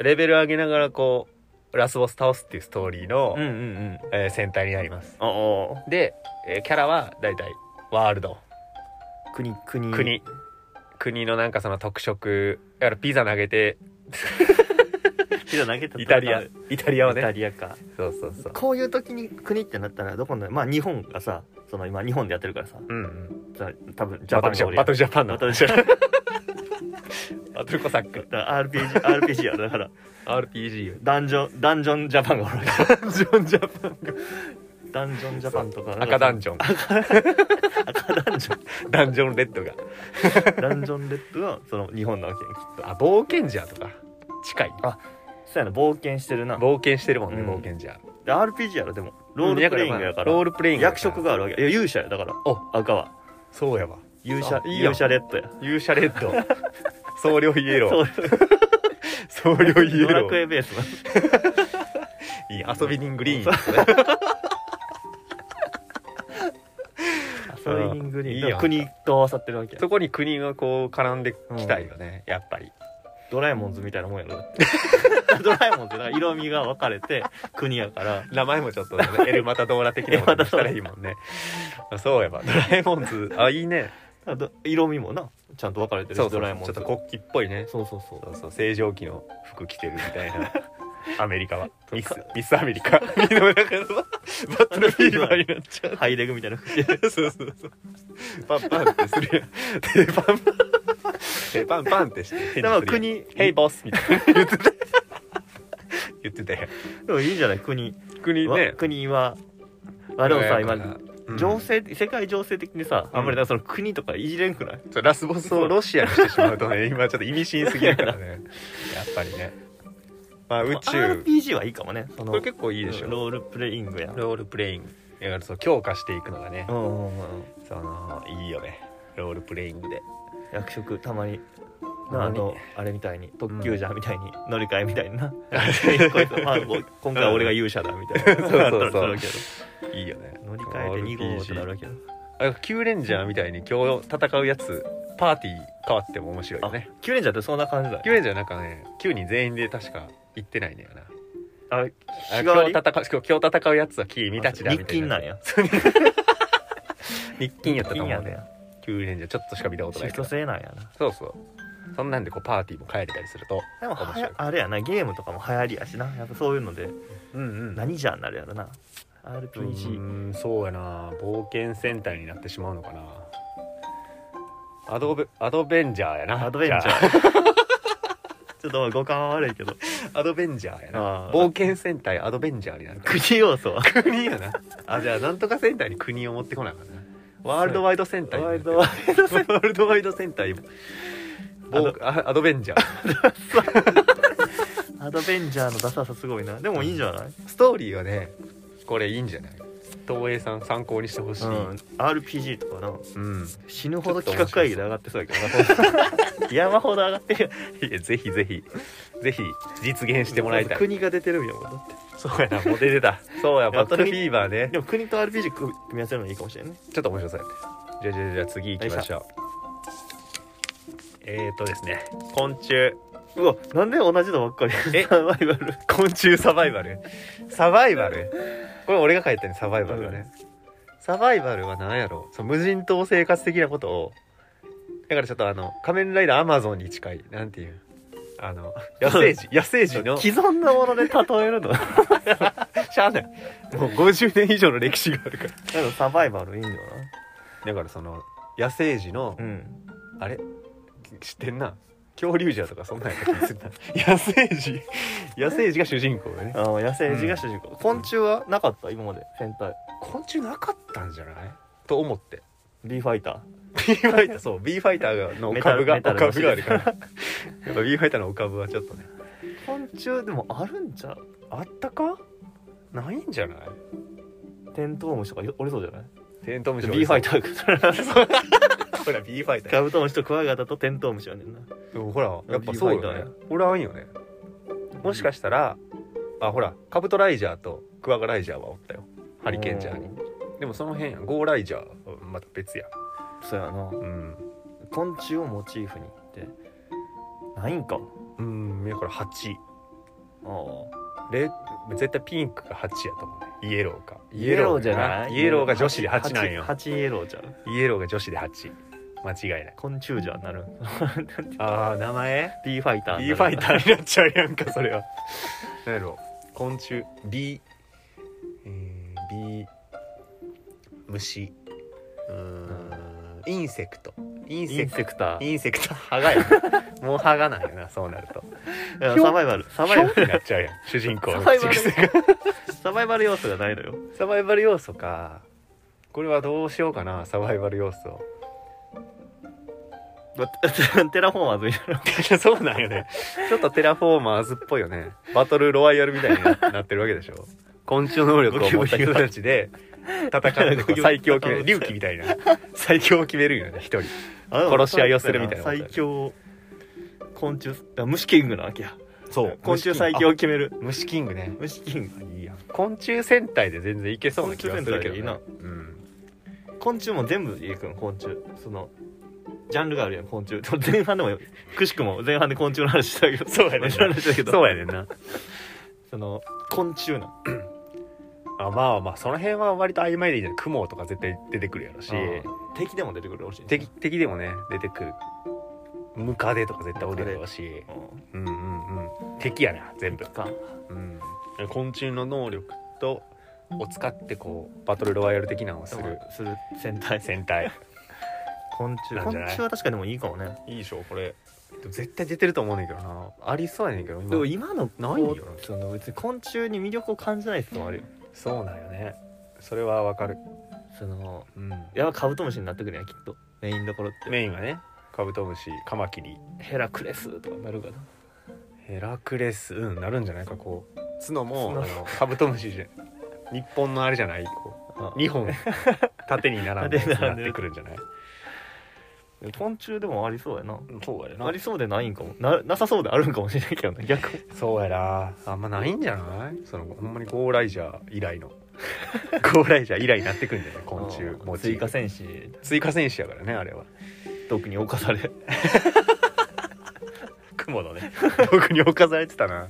[SPEAKER 1] レベル上げながらこうラスボス倒すっていうストーリーの、
[SPEAKER 2] うんうん
[SPEAKER 1] えー戦隊になります
[SPEAKER 2] おお
[SPEAKER 1] で、えーキャラは大体ワールド
[SPEAKER 2] 国国
[SPEAKER 1] 国国のなんかその特色だからピザ投げて
[SPEAKER 2] ピザ投げた
[SPEAKER 1] イタリア
[SPEAKER 2] イ
[SPEAKER 1] イタリアを
[SPEAKER 2] タ
[SPEAKER 1] ね
[SPEAKER 2] リアか
[SPEAKER 1] そうそうそう
[SPEAKER 2] こういう時に国ってなったらどこのまあ日本がさその今日本でやってるからさ
[SPEAKER 1] うんうん
[SPEAKER 2] た多分ジャ
[SPEAKER 1] バト
[SPEAKER 2] パン
[SPEAKER 1] ルジ
[SPEAKER 2] がお
[SPEAKER 1] ャ
[SPEAKER 2] る
[SPEAKER 1] バ
[SPEAKER 2] やん
[SPEAKER 1] トルジャパンの
[SPEAKER 2] バトルジャ
[SPEAKER 1] <laughs> バトルコサック
[SPEAKER 2] だから RPG RPG やだから
[SPEAKER 1] RPG
[SPEAKER 2] ダンジョンダンジョンジャパンがおるわけ
[SPEAKER 1] ダンジョンジャパン
[SPEAKER 2] ダンジョンジャパンとか
[SPEAKER 1] 赤ダン
[SPEAKER 2] ジ
[SPEAKER 1] ジョン
[SPEAKER 2] ョン赤ダンジョ
[SPEAKER 1] ダンジョンレッドが
[SPEAKER 2] ンダンジョンレッドはその日本なわけやんきっと
[SPEAKER 1] あ冒険者とか近い
[SPEAKER 2] あそうやな冒険してるな
[SPEAKER 1] 冒険してるもんね、
[SPEAKER 2] うん
[SPEAKER 1] 冒険者
[SPEAKER 2] で RPG やろでもロールプレイングやから,、
[SPEAKER 1] ロールプレイングやか
[SPEAKER 2] 役
[SPEAKER 1] ら
[SPEAKER 2] 職があるわけいや勇者やだから
[SPEAKER 1] お
[SPEAKER 2] 赤は
[SPEAKER 1] そうやわ
[SPEAKER 2] 勇者
[SPEAKER 1] あいいやん
[SPEAKER 2] 勇者レッドや
[SPEAKER 1] 勇者レッ <laughs> ド僧侶イエロ
[SPEAKER 2] そ
[SPEAKER 1] ー
[SPEAKER 2] う
[SPEAKER 1] <laughs> 僧侶イエ
[SPEAKER 2] ドラ
[SPEAKER 1] ロ
[SPEAKER 2] ク
[SPEAKER 1] ー
[SPEAKER 2] エベースの
[SPEAKER 1] いい遊び人グリーン
[SPEAKER 2] ソイリング
[SPEAKER 1] い
[SPEAKER 2] リ
[SPEAKER 1] い
[SPEAKER 2] ーン
[SPEAKER 1] やん
[SPEAKER 2] 国と合わさってるわけや
[SPEAKER 1] そこに国がこう絡んできたいよね、やっぱり
[SPEAKER 2] ドラえもんズみたいなもんやろだ <laughs> ってドラえもんってだから色味が分かれて国やから
[SPEAKER 1] 名前もちょっと、ね、エルマタドーラ的なものにしたらいいも <laughs> んねあそうやばドラえもんズあいいね
[SPEAKER 2] だから色味もなちゃんと分かれてるし
[SPEAKER 1] そうそ
[SPEAKER 2] ド
[SPEAKER 1] う
[SPEAKER 2] ラえ
[SPEAKER 1] ち
[SPEAKER 2] もん
[SPEAKER 1] ょっと国旗っぽいね
[SPEAKER 2] そうそうそう
[SPEAKER 1] そうそう正常期の服着てるみたい
[SPEAKER 2] <laughs>
[SPEAKER 1] なアメリカはミスミスアメリカみんななんかバトルフィーバーになっちゃう
[SPEAKER 2] ハイレグみた
[SPEAKER 1] <laughs>
[SPEAKER 2] いな服着て
[SPEAKER 1] そうそうそうパンパンってするやん手パンパン手パンパンってして
[SPEAKER 2] でも国
[SPEAKER 1] 「ヘイボス」みたいな言ってた言ってたよ
[SPEAKER 2] でもいいじゃない国
[SPEAKER 1] 国
[SPEAKER 2] は
[SPEAKER 1] ね
[SPEAKER 2] 国はあでもさ今情
[SPEAKER 1] 上
[SPEAKER 2] 勢世界情勢的にさあんまりだからその国とかいじれんくない
[SPEAKER 1] ラスボスをロシアにしてしまう
[SPEAKER 2] <laughs>
[SPEAKER 1] とね今ちょっと意味深すぎるからねやっぱりねまあ宇宙
[SPEAKER 2] RPG はいいかもねその
[SPEAKER 1] これ結構いいでしょ
[SPEAKER 2] ロールプレイングや
[SPEAKER 1] ロールプレイングだからそう強化していくのがね
[SPEAKER 2] うんうんうん
[SPEAKER 1] そのいいよねロールプレイングで
[SPEAKER 2] 役職たまに
[SPEAKER 1] たま
[SPEAKER 2] あ
[SPEAKER 1] に
[SPEAKER 2] のあれみたいに特急じゃみたいに、乗り換えみたいに
[SPEAKER 1] <laughs>
[SPEAKER 2] なこいつまあこ今回は俺が勇者だみたいな
[SPEAKER 1] <laughs> そうそうそう
[SPEAKER 2] なったらなるけ
[SPEAKER 1] いいよね
[SPEAKER 2] ど乗り換えて2号ってなるわけだ
[SPEAKER 1] あキレンジャーみたいに今日戦うやつパーティー変わっても面白いよね
[SPEAKER 2] キュレンジャーってそんな感じだ
[SPEAKER 1] キレンジャーなんかね9人全員で確か行ってないんだよな
[SPEAKER 2] あ
[SPEAKER 1] あ
[SPEAKER 2] 日替
[SPEAKER 1] 今
[SPEAKER 2] わ
[SPEAKER 1] 日
[SPEAKER 2] り
[SPEAKER 1] 戦う今日戦うやつは君たちだみたいな
[SPEAKER 2] 日勤なんや
[SPEAKER 1] 日勤やったと思う
[SPEAKER 2] 日勤
[SPEAKER 1] ね
[SPEAKER 2] や
[SPEAKER 1] キレンジャーちょっとしか見たことな
[SPEAKER 2] シ
[SPEAKER 1] い
[SPEAKER 2] フ
[SPEAKER 1] けど
[SPEAKER 2] ト
[SPEAKER 1] そう
[SPEAKER 2] 制なんやな
[SPEAKER 1] そうそんなんでこうパーティーも帰れたりすると
[SPEAKER 2] でもは
[SPEAKER 1] 面白
[SPEAKER 2] や
[SPEAKER 1] い
[SPEAKER 2] あれやなゲームとかも流行りやしなやっぱそういうので
[SPEAKER 1] うんうん
[SPEAKER 2] 何じゃんなるやろな
[SPEAKER 1] う
[SPEAKER 2] RPG
[SPEAKER 1] ーんそうやな冒険戦隊になってしまうのかなアドベアドベンジャーやな
[SPEAKER 2] アドベンチャ
[SPEAKER 1] じゃ
[SPEAKER 2] ー <laughs> ちょっとまあ五感は悪いけど <laughs>
[SPEAKER 1] あアドベンジャーや
[SPEAKER 2] あ
[SPEAKER 1] な
[SPEAKER 2] ー
[SPEAKER 1] 冒険戦隊アドベンジャーになるか
[SPEAKER 2] 国要素は
[SPEAKER 1] ら国やなあじゃあなんとか戦隊に国を持ってこなあかんなワールドワイドセンター
[SPEAKER 2] ワールドワイ
[SPEAKER 1] ドセンターワールドワイドセンター
[SPEAKER 2] アド
[SPEAKER 1] アドアドベンジャー
[SPEAKER 2] アドベンジャーのダサさすごいなでもいいんじゃない、
[SPEAKER 1] ストーリーはねこれいいんじゃない東映さん参考にしてほしい、
[SPEAKER 2] うん、RPG とかな
[SPEAKER 1] うん
[SPEAKER 2] 死ぬほど企画会議で上がってそうやけどな山ほど上がってる
[SPEAKER 1] いやぜひぜひぜひ実現してもらいたい
[SPEAKER 2] 国が出てるんやもんだって
[SPEAKER 1] そう <laughs> やなもう出てたそうや
[SPEAKER 2] や
[SPEAKER 1] バ
[SPEAKER 2] っと
[SPEAKER 1] ト
[SPEAKER 2] 国
[SPEAKER 1] ルフィーバーね
[SPEAKER 2] でも国と RPG 組み合わせるのいいかもしれないね
[SPEAKER 1] ちょっと面白そうやねじゃあじゃあじゃあ次行きましょうえーとですね昆虫
[SPEAKER 2] うわなんで同じのばっかり
[SPEAKER 1] え
[SPEAKER 2] サバイバル
[SPEAKER 1] 昆虫サバイバルサバイバルこれ俺が書いたねサバイバルはねサバイバルは何やろその無人島生活的なことをだからちょっとあの仮面ライダーアマゾンに近いなんていうあの野生児野生児の
[SPEAKER 2] 既存のもので例えるの
[SPEAKER 1] しゃあないもう50年以上の歴史があるから
[SPEAKER 2] なんかサバイバルいいんだよ
[SPEAKER 1] だからその野生児の
[SPEAKER 2] なうん
[SPEAKER 1] あれ知ってんな恐竜じゃとかそんなんやった気がするな <laughs> 野生児野生児が主人公だね
[SPEAKER 2] あの野生児が主人公、昆虫はなかった今まで戦隊
[SPEAKER 1] 昆虫なかったんじゃないと思って
[SPEAKER 2] B ファイタ
[SPEAKER 1] B ファイターそう B ファイターのお株がお
[SPEAKER 2] メタルメタルの
[SPEAKER 1] 株があるからやっぱ B ファイターのお株はちょっとね
[SPEAKER 2] ー昆虫でもあるんちゃう
[SPEAKER 1] あったかないんじゃない
[SPEAKER 2] テントウムシとかよおりそうじゃない
[SPEAKER 1] テントウムシ
[SPEAKER 2] B ファイターが
[SPEAKER 1] ーほら B ファイター
[SPEAKER 2] カブトムシとクワガタとテントウムシはねんな
[SPEAKER 1] でもほらやっぱそう
[SPEAKER 2] B ファ
[SPEAKER 1] よ
[SPEAKER 2] イ
[SPEAKER 1] ね
[SPEAKER 2] タ
[SPEAKER 1] おらんよねもしかしたらあほらカブトライジャーとクワガライジャーはおったよハリケーンジャーに
[SPEAKER 2] うん
[SPEAKER 1] でもその辺やんゴーライジャーはまた別や
[SPEAKER 2] そうやな
[SPEAKER 1] うん
[SPEAKER 2] 昆虫をモチーフにってないんか
[SPEAKER 1] うんだから蜂
[SPEAKER 2] ああ
[SPEAKER 1] レ絶対ピンクか蜂やと思うねイエローかイ
[SPEAKER 2] イエローじゃ
[SPEAKER 1] か
[SPEAKER 2] ない
[SPEAKER 1] イエローが女子で蜂なんよ
[SPEAKER 2] 蜂イエローじゃん
[SPEAKER 1] イエローが女子で8間違いない
[SPEAKER 2] 昆虫じゃんなる
[SPEAKER 1] ああ名前
[SPEAKER 2] B ファイター
[SPEAKER 1] B ファイターになっちゃうやんかそれは何やろう昆虫 B えー B 虫うーんインセクトイン
[SPEAKER 2] イ
[SPEAKER 1] セ
[SPEAKER 2] ン
[SPEAKER 1] ク
[SPEAKER 2] セクタ
[SPEAKER 1] ト
[SPEAKER 2] ー
[SPEAKER 1] インセクト歯がやなもう歯がないよなそうなると
[SPEAKER 2] いやサバイバルサバイバ
[SPEAKER 1] に
[SPEAKER 2] ル
[SPEAKER 1] なっちゃうやん主人公の
[SPEAKER 2] サバイバ
[SPEAKER 1] 口
[SPEAKER 2] ル
[SPEAKER 1] 癖が
[SPEAKER 2] サバイバル要素がない
[SPEAKER 1] <laughs>
[SPEAKER 2] のよ
[SPEAKER 1] サバイバル要素かこれはどうしようかなサバイバル要素
[SPEAKER 2] テラフォーマーズみたいな
[SPEAKER 1] <laughs> そうなんよねちょっとテラフォーマーズっぽいよねバトルロワイヤルみたいになってるわけでしょ昆虫の能力を持った人たちで戦うとか最強を決め <laughs> る龍騎みたいな最強を決めるんよね一人
[SPEAKER 2] あでも
[SPEAKER 1] 殺し合いをするみたいなことだよ
[SPEAKER 2] 最強昆虫あ虫キングなわけや
[SPEAKER 1] そう
[SPEAKER 2] 昆虫最強を決める
[SPEAKER 1] 虫キングね
[SPEAKER 2] 虫キング
[SPEAKER 1] いいやん昆虫戦隊で全然いけそうな気がするけど、ね、
[SPEAKER 2] 昆虫
[SPEAKER 1] うん
[SPEAKER 2] 昆虫も全部いくん昆虫そのジャンルがあるやん昆虫 <laughs> でも前半でもくしくも前半で昆虫の話したけどそうや
[SPEAKER 1] <laughs> ね
[SPEAKER 2] の話だけど
[SPEAKER 1] そうやねんな
[SPEAKER 2] その昆虫な
[SPEAKER 1] あまあまあその辺は割と曖昧でいいじゃん雲とか絶対出てくるやろし
[SPEAKER 2] うん敵でも出てくるらしいね
[SPEAKER 1] 敵敵でもね出てくるムカデとか絶対おるやろうし
[SPEAKER 2] う
[SPEAKER 1] うんうんうん敵やな全
[SPEAKER 2] ん
[SPEAKER 1] 部、
[SPEAKER 2] か
[SPEAKER 1] うん、昆虫の能力とを使ってこうバトルロワイヤル的なのをする
[SPEAKER 2] する戦隊 <laughs>
[SPEAKER 1] 戦隊
[SPEAKER 2] 昆虫
[SPEAKER 1] なん
[SPEAKER 2] 昆
[SPEAKER 1] じゃない
[SPEAKER 2] 虫は確かでもいいかもね
[SPEAKER 1] いいでしょこれでも絶対出てると思うねんだけどなありそうやねんけど
[SPEAKER 2] でも
[SPEAKER 1] 今
[SPEAKER 2] 今の
[SPEAKER 1] ないよ
[SPEAKER 2] こうその別に昆虫に魅力を感じない人もあるよ
[SPEAKER 1] そうなんよねそれはわかる、
[SPEAKER 2] その
[SPEAKER 1] うん、
[SPEAKER 2] やっぱカブトムシになってくるやんきっとメインどころって
[SPEAKER 1] メインはねカブトムシカマキリ
[SPEAKER 2] ヘラクレスとかなるかな
[SPEAKER 1] ヘラクレスうんなるんじゃないかこう角も
[SPEAKER 2] 角
[SPEAKER 1] あのカブトムシじゃ日本のあれじゃないこう
[SPEAKER 2] あ
[SPEAKER 1] 2本
[SPEAKER 2] <laughs>
[SPEAKER 1] 縦に並んでやつ
[SPEAKER 2] 縦に
[SPEAKER 1] にな
[SPEAKER 2] 並
[SPEAKER 1] っ
[SPEAKER 2] んでる
[SPEAKER 1] てくるんじゃない
[SPEAKER 2] 昆虫でもありそうやな
[SPEAKER 1] そうや
[SPEAKER 2] ありそうでないんかもななさそうであるんかもしれないけ
[SPEAKER 1] <laughs>
[SPEAKER 2] どね逆に
[SPEAKER 1] そうやなあんまないんじゃないそのほんまにゴーライジャー以 <laughs> 来のゴーライジャー以来になってくるんじゃない昆虫も
[SPEAKER 2] 追加戦
[SPEAKER 1] 追
[SPEAKER 2] 士
[SPEAKER 1] 加戦士やからねあれは
[SPEAKER 2] 毒に侵され
[SPEAKER 1] 雲のね <laughs> 僕に侵されてたな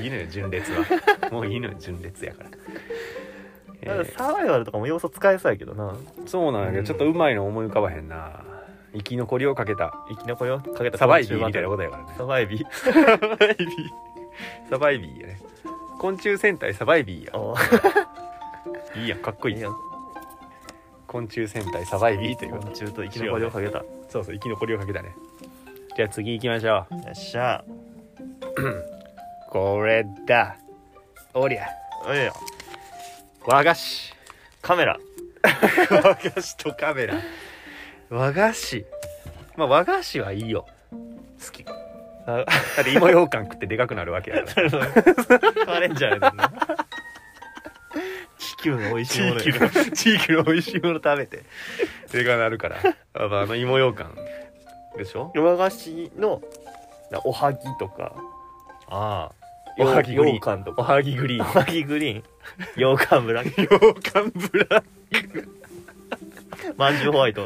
[SPEAKER 1] いいのよ純烈はもういいのよ純烈 <laughs> やから、え
[SPEAKER 2] なんか
[SPEAKER 1] ー
[SPEAKER 2] サバイバルとかも要素使えそうやけどな
[SPEAKER 1] そうなんやけど
[SPEAKER 2] うん
[SPEAKER 1] ちょっとうまいの思い浮かばへんな生き残りをかけた
[SPEAKER 2] 生き残りをかけた
[SPEAKER 1] サバイビーみたいなことやからね
[SPEAKER 2] サバイビー
[SPEAKER 1] サバイビーサバイビーやね昆虫戦隊サバイビーや
[SPEAKER 2] あ
[SPEAKER 1] いいやんかっ
[SPEAKER 2] あ
[SPEAKER 1] こい
[SPEAKER 2] い
[SPEAKER 1] い
[SPEAKER 2] いやん
[SPEAKER 1] 昆虫戦隊サバイビーという
[SPEAKER 2] 昆
[SPEAKER 1] こと
[SPEAKER 2] 虫と生き残りをかけたよ
[SPEAKER 1] そうそう生き残りをかけたねじゃあ次行きましょう
[SPEAKER 2] っしゃ
[SPEAKER 1] これだおりゃ
[SPEAKER 2] おいや
[SPEAKER 1] 和菓子
[SPEAKER 2] カメラ
[SPEAKER 1] 和菓子とカメラ和菓子まあ和菓子はいいよ好きだ
[SPEAKER 2] あ
[SPEAKER 1] って芋ようかん食ってでかくなるわけやから
[SPEAKER 2] <laughs> カレンジャーやな地球の美味しい
[SPEAKER 1] 地
[SPEAKER 2] もの
[SPEAKER 1] 域
[SPEAKER 2] や
[SPEAKER 1] の地域の美味しいもの食べてでかくなるからやっぱあの芋ようかんでしょ
[SPEAKER 2] 和菓子のなおはぎとか
[SPEAKER 1] ああおはぎグ
[SPEAKER 2] よう
[SPEAKER 1] リーン
[SPEAKER 2] かんと
[SPEAKER 1] お
[SPEAKER 2] か
[SPEAKER 1] はぎグリ
[SPEAKER 2] お
[SPEAKER 1] ーン
[SPEAKER 2] はぎグリーンようかんブラック
[SPEAKER 1] ようかんブラ
[SPEAKER 2] まんじゅうホワイト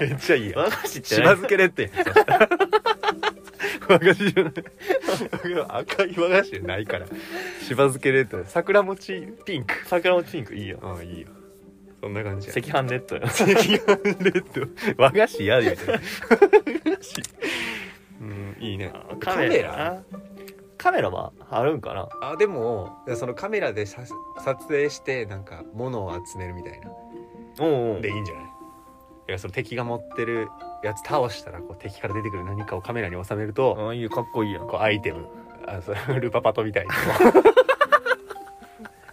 [SPEAKER 1] めっちゃいいやん
[SPEAKER 2] 和菓子って
[SPEAKER 1] しば漬けレッドやん和菓子じゃない赤い和菓子じゃないからしば漬けレッド桜餅ピンク
[SPEAKER 2] 桜餅ピンクいいよ
[SPEAKER 1] ああいいよそんな感じや
[SPEAKER 2] 赤飯レッドよ
[SPEAKER 1] 赤飯レッド和菓子嫌でみたいな和菓子うんいいねカメラ
[SPEAKER 2] カメラはあるんかな
[SPEAKER 1] あでもそのカメラでさ撮影してなんか物を集めるみたいな
[SPEAKER 2] うん
[SPEAKER 1] でいいんじゃないいやその敵が持ってるやつ倒したらこう敵から出てくる何かをカメラに収めると、
[SPEAKER 2] あいいよかっこいいやん
[SPEAKER 1] こうアイテムあその <laughs> ルパパトみたいにこ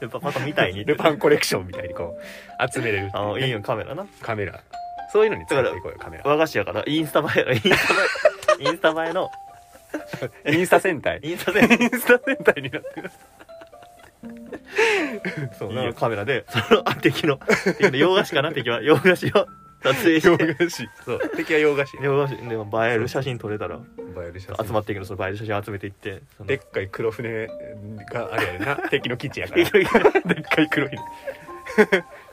[SPEAKER 2] やっぱまたみ
[SPEAKER 1] う
[SPEAKER 2] た
[SPEAKER 1] <laughs>
[SPEAKER 2] いに
[SPEAKER 1] ルパンコレクションみたいにこう集めれるってう
[SPEAKER 2] あ
[SPEAKER 1] ね
[SPEAKER 2] いいよカメラな
[SPEAKER 1] カメラそういうのに使っていこうよカメラ
[SPEAKER 2] 和菓子やからインスタ映えのインスタ映えインスタ映えの
[SPEAKER 1] インスタ戦隊
[SPEAKER 2] インスタで
[SPEAKER 1] インスタ戦隊になってるそうな
[SPEAKER 2] の
[SPEAKER 1] の
[SPEAKER 2] カメラでそのあ敵の敵の洋菓子かな敵 <laughs> は洋菓子を撮影
[SPEAKER 1] 洋
[SPEAKER 2] して
[SPEAKER 1] 菓子そう敵は洋菓子
[SPEAKER 2] 洋菓子でも映える写真撮れたら
[SPEAKER 1] 映える写
[SPEAKER 2] 集まっていくのその映える写真集めていってその
[SPEAKER 1] でっかい黒船があれやねんな敵の基地やから
[SPEAKER 2] い
[SPEAKER 1] <laughs> で
[SPEAKER 2] ろいろ
[SPEAKER 1] っかい黒い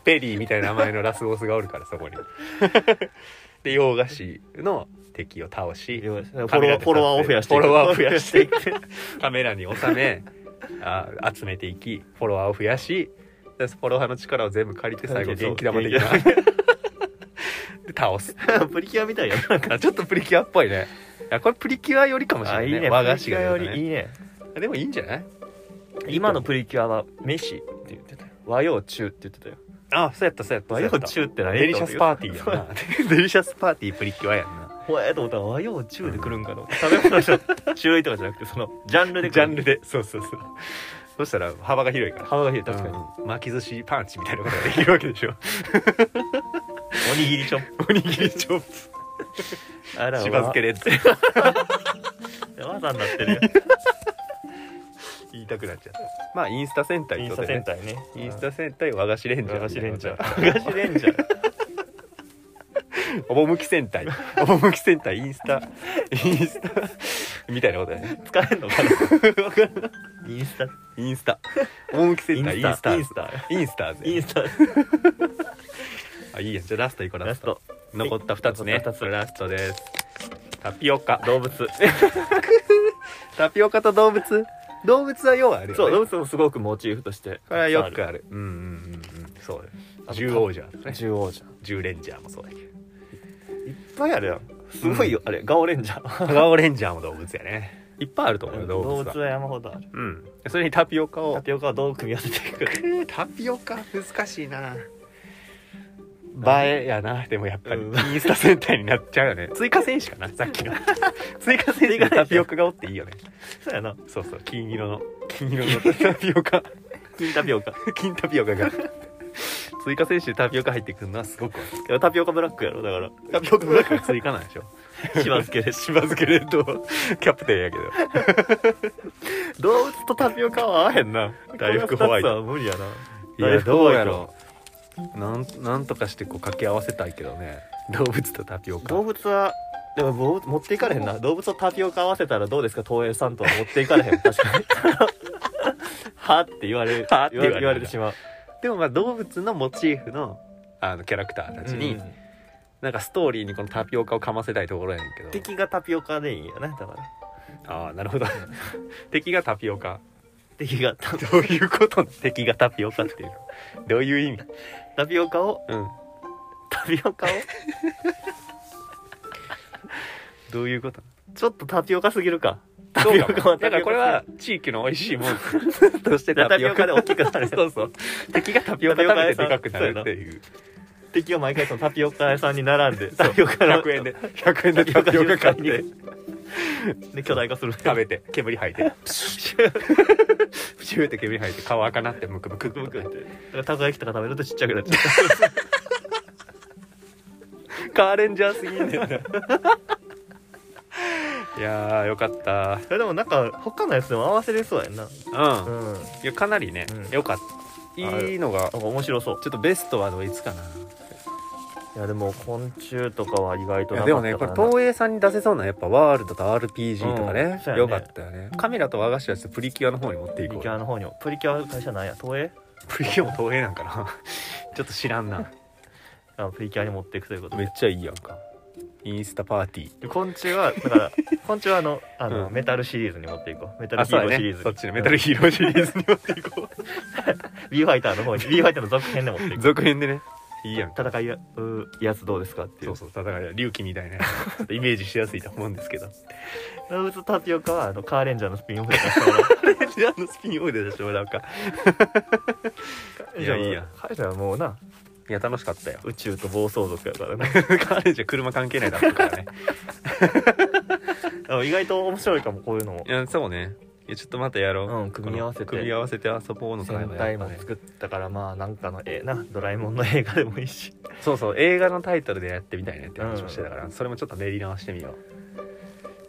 [SPEAKER 1] ペリーみたいな名前のラスボスがおるからそ <laughs> こにで洋菓子の敵を倒し
[SPEAKER 2] 洋菓子フ
[SPEAKER 1] カ
[SPEAKER 2] ォ
[SPEAKER 1] メ
[SPEAKER 2] ロ
[SPEAKER 1] ラ
[SPEAKER 2] ワ
[SPEAKER 1] で
[SPEAKER 2] ー
[SPEAKER 1] 撮影
[SPEAKER 2] フォロワーを増やしていく
[SPEAKER 1] フォロワーを増
[SPEAKER 2] フォロワ
[SPEAKER 1] やしていく
[SPEAKER 2] ーを増やしてい
[SPEAKER 1] カメラに収 <laughs> めあ集めていきフォロワーを増やしでフォロワーの力を全部借りて最後元気玉的な <laughs> で倒す
[SPEAKER 2] くプリキュアみたいやななんか
[SPEAKER 1] あちょっとプリキュアっぽいねいやこれプリキュアよりかもしれな
[SPEAKER 2] あ
[SPEAKER 1] い
[SPEAKER 2] い
[SPEAKER 1] ね
[SPEAKER 2] いね
[SPEAKER 1] 和菓子が
[SPEAKER 2] プリキュアよ
[SPEAKER 1] 出た
[SPEAKER 2] りいいね
[SPEAKER 1] でもいいんじゃない
[SPEAKER 2] 今のプリキュアは飯って言ってたよ和洋中って言ってたよ
[SPEAKER 1] あそうやったそうやった
[SPEAKER 2] 和
[SPEAKER 1] そうや
[SPEAKER 2] 洋
[SPEAKER 1] った
[SPEAKER 2] 中って何
[SPEAKER 1] デリシャスパーティーやんなデリシャスパーティープリキュアやんな
[SPEAKER 2] ほえーと思ったら和洋中で来るんかと思って食べ物の種類とかじゃなくてそのジャンルで来
[SPEAKER 1] ジャ
[SPEAKER 2] る
[SPEAKER 1] ンルでそうそうそうそしたら幅が広いから
[SPEAKER 2] 幅が広い確かに、
[SPEAKER 1] うん巻き寿司パンチみたいなことができるわけで <laughs> しょ
[SPEAKER 2] おにぎりチョッ
[SPEAKER 1] おにぎりチョップ
[SPEAKER 2] プあら
[SPEAKER 1] しば漬けレッ
[SPEAKER 2] <laughs>
[SPEAKER 1] ド
[SPEAKER 2] わわざになってるよ
[SPEAKER 1] 言いたくなっちゃったまあインスタ戦隊
[SPEAKER 2] イ
[SPEAKER 1] って
[SPEAKER 2] ン
[SPEAKER 1] こ
[SPEAKER 2] ス
[SPEAKER 1] と
[SPEAKER 2] タ
[SPEAKER 1] で
[SPEAKER 2] 戦
[SPEAKER 1] ね
[SPEAKER 2] 隊ね
[SPEAKER 1] インスタ戦隊和菓子レンジャ
[SPEAKER 2] 和
[SPEAKER 1] ー
[SPEAKER 2] 菓子レンジャ
[SPEAKER 1] ー <laughs>
[SPEAKER 2] ー和菓子レンジャー
[SPEAKER 1] 趣戦隊趣戦隊インスタインスタみたいなことだね
[SPEAKER 2] 使えんのかなインスタ
[SPEAKER 1] インスタ趣
[SPEAKER 2] イ
[SPEAKER 1] 戦
[SPEAKER 2] ン
[SPEAKER 1] 隊イン
[SPEAKER 2] ス
[SPEAKER 1] スタ
[SPEAKER 2] タ
[SPEAKER 1] イ
[SPEAKER 2] イ
[SPEAKER 1] ン
[SPEAKER 2] ン
[SPEAKER 1] ス
[SPEAKER 2] スタ
[SPEAKER 1] タインスターズ
[SPEAKER 2] インスタ
[SPEAKER 1] あいいやじゃあラストいこうラ
[SPEAKER 2] ラ
[SPEAKER 1] ス
[SPEAKER 2] ス
[SPEAKER 1] ト
[SPEAKER 2] ト
[SPEAKER 1] 残った2つね
[SPEAKER 2] 残った二つ
[SPEAKER 1] ラストですタピオカ
[SPEAKER 2] 動物
[SPEAKER 1] タピオカと動物動物は要はあるよね
[SPEAKER 2] そう動物もすごくモチーフとして
[SPEAKER 1] これはよくあるうんうんうんうんそうだよ十王者とかね
[SPEAKER 2] 中央じゃん
[SPEAKER 1] 十レンジャーもそうだけど
[SPEAKER 2] いっぱいあるやんすごいよ、あれガオレンジャー
[SPEAKER 1] ガオレンジャーも動物やねいっぱいあると思うよ動
[SPEAKER 2] 動
[SPEAKER 1] 物
[SPEAKER 2] 物
[SPEAKER 1] は
[SPEAKER 2] は山ほどある
[SPEAKER 1] うんそれにタピオカ
[SPEAKER 2] タ
[SPEAKER 1] を
[SPEAKER 2] ピオカはどう組み合わせていくか
[SPEAKER 1] えータピオカ難しいな映えやなでもやっぱり
[SPEAKER 2] うん
[SPEAKER 1] インスタ戦隊になっちゃうよね追加選手かなさっき <laughs> の追加選手でタピオカがおっていいよね
[SPEAKER 2] そうやな
[SPEAKER 1] そうそう金色の金色のタピオカ
[SPEAKER 2] 金タピオカ
[SPEAKER 1] 金タピオカが追加選手でタピオカ入ってくるのはすごく
[SPEAKER 2] いやタピオカブラックやろだから
[SPEAKER 1] タピオカブラックが追加なん <laughs> でしょ
[SPEAKER 2] しば漬けで
[SPEAKER 1] しば漬けレッドキャプテンやけど
[SPEAKER 2] 動物とタピオカは合わへんな
[SPEAKER 1] 大福ホワイ
[SPEAKER 2] この二
[SPEAKER 1] ト
[SPEAKER 2] つは無理やない
[SPEAKER 1] やどうやろうなんなんとかしてこう掛け合わせたいけどね動物とタピオカ
[SPEAKER 2] 動物はでも動物持っていかれへんな動物とタピオカ合わせたらどうですか東映さんとは持っていかれ
[SPEAKER 1] <laughs>
[SPEAKER 2] へん確かにはって言われる
[SPEAKER 1] はって
[SPEAKER 2] 言
[SPEAKER 1] 言
[SPEAKER 2] わ
[SPEAKER 1] わ
[SPEAKER 2] れ
[SPEAKER 1] れる
[SPEAKER 2] てしまう
[SPEAKER 1] でもまあ動物のモチーフのあのキャラクターたちに、
[SPEAKER 2] うん
[SPEAKER 1] なんかストーリーにこのタピオカをかませたいところやねんけど
[SPEAKER 2] 敵がタピオカでいいよねだから
[SPEAKER 1] ああなるほど敵がタピオカ
[SPEAKER 2] 敵がタ
[SPEAKER 1] どういうこと敵がタピオカっていうのどういう意味
[SPEAKER 2] タピオカを
[SPEAKER 1] うん
[SPEAKER 2] タピオカを
[SPEAKER 1] どういうこと
[SPEAKER 2] ちょっとタピオカすぎるかタ
[SPEAKER 1] そう
[SPEAKER 2] ピオ
[SPEAKER 1] か
[SPEAKER 2] カ
[SPEAKER 1] も
[SPEAKER 2] は
[SPEAKER 1] だ
[SPEAKER 2] タ
[SPEAKER 1] か
[SPEAKER 2] ピオカ
[SPEAKER 1] らこれは地域の美味しい <laughs> もんとして
[SPEAKER 2] じゃあ
[SPEAKER 1] タ
[SPEAKER 2] タ
[SPEAKER 1] ピ
[SPEAKER 2] ピ
[SPEAKER 1] オ
[SPEAKER 2] オカ
[SPEAKER 1] カ
[SPEAKER 2] で
[SPEAKER 1] で大
[SPEAKER 2] 大
[SPEAKER 1] き
[SPEAKER 2] きく
[SPEAKER 1] くな
[SPEAKER 2] な
[SPEAKER 1] る
[SPEAKER 2] る
[SPEAKER 1] <laughs> そうそう敵がタピオカ食べてでかくなるっていう
[SPEAKER 2] 敵は毎回そのタピオカ屋さんに並んでタピオカの
[SPEAKER 1] 100円で100円でタピオカ買って
[SPEAKER 2] で巨大化する
[SPEAKER 1] 食べて煙吐いてプシュッシューって煙入って顔赤なってムクムクムクムクって
[SPEAKER 2] らたこ焼きとか食べるとちっちゃくなっ
[SPEAKER 1] <laughs>
[SPEAKER 2] ちゃ
[SPEAKER 1] カーレンジャーすぎんだよないやーよかった
[SPEAKER 2] うでもなんか他のやつでも合わせれそうやんなう
[SPEAKER 1] うん
[SPEAKER 2] んなん
[SPEAKER 1] いやかなりね、
[SPEAKER 2] うん
[SPEAKER 1] よかったいいのがちょ
[SPEAKER 2] か面白そう
[SPEAKER 1] っとベストはどいつかない
[SPEAKER 2] やでも昆虫とかは意外と
[SPEAKER 1] い
[SPEAKER 2] な
[SPEAKER 1] や
[SPEAKER 2] かったから
[SPEAKER 1] でもねこれ
[SPEAKER 2] な
[SPEAKER 1] 東映さんに出せそうなやっぱワールドと RPG とか
[SPEAKER 2] うん
[SPEAKER 1] ね,、
[SPEAKER 2] そうやね
[SPEAKER 1] よかったよねカメラと和菓子はちょっとプリキュアの方に持ってい
[SPEAKER 2] プリ
[SPEAKER 1] こ
[SPEAKER 2] キュ
[SPEAKER 1] う
[SPEAKER 2] アの方にもプリキュア会社なんや東映
[SPEAKER 1] プリキュアも東映なんかな <laughs> ちょっと知らんな
[SPEAKER 2] あプリキュアに持っていくということ
[SPEAKER 1] めっちゃいいやんかインスタパーティー
[SPEAKER 2] で昆虫はだから <laughs> 昆虫はあのあの、
[SPEAKER 1] うん
[SPEAKER 2] メタルシリーズに持っていこうメタル
[SPEAKER 1] あ
[SPEAKER 2] ヒ
[SPEAKER 1] そう
[SPEAKER 2] ー
[SPEAKER 1] や
[SPEAKER 2] ローシリー
[SPEAKER 1] ね
[SPEAKER 2] ズに
[SPEAKER 1] そっちのメタルヒーローシリーズに持っていこう
[SPEAKER 2] B ファイターの方に B ファイターの続編で持っていこう
[SPEAKER 1] 続編でねいいやんか
[SPEAKER 2] 戦いやうやつどうですかってい
[SPEAKER 1] そううそう戦い龍騎みたいなやつちょっとイメージしやすいと思うんですけど
[SPEAKER 2] 動物タピオカはあのカーレンジャーのスピンオフで出してもら
[SPEAKER 1] じゃああのスピンオフで出してもらおうか
[SPEAKER 2] う
[SPEAKER 1] いやいいや
[SPEAKER 2] 彼らはもうない
[SPEAKER 1] や楽しかったよ
[SPEAKER 2] 宇宙と暴走族やからね
[SPEAKER 1] <laughs> 彼じゃ車関係ないだろうからね
[SPEAKER 2] でも意外と面白いかもこういうのも
[SPEAKER 1] <laughs> いやそうねいやちょっとまたやろう、
[SPEAKER 2] うん組み合わせて
[SPEAKER 1] この組み合わせて遊ぼうの
[SPEAKER 2] 戦
[SPEAKER 1] 会はや
[SPEAKER 2] 隊
[SPEAKER 1] っぱ
[SPEAKER 2] も
[SPEAKER 1] ね
[SPEAKER 2] 作ったからまあなんかのええなドラえもんの映画でもいいし
[SPEAKER 1] そうそう映画のタイトルでやってみたいねって話をしてたから、それもちょっと練り直してみよ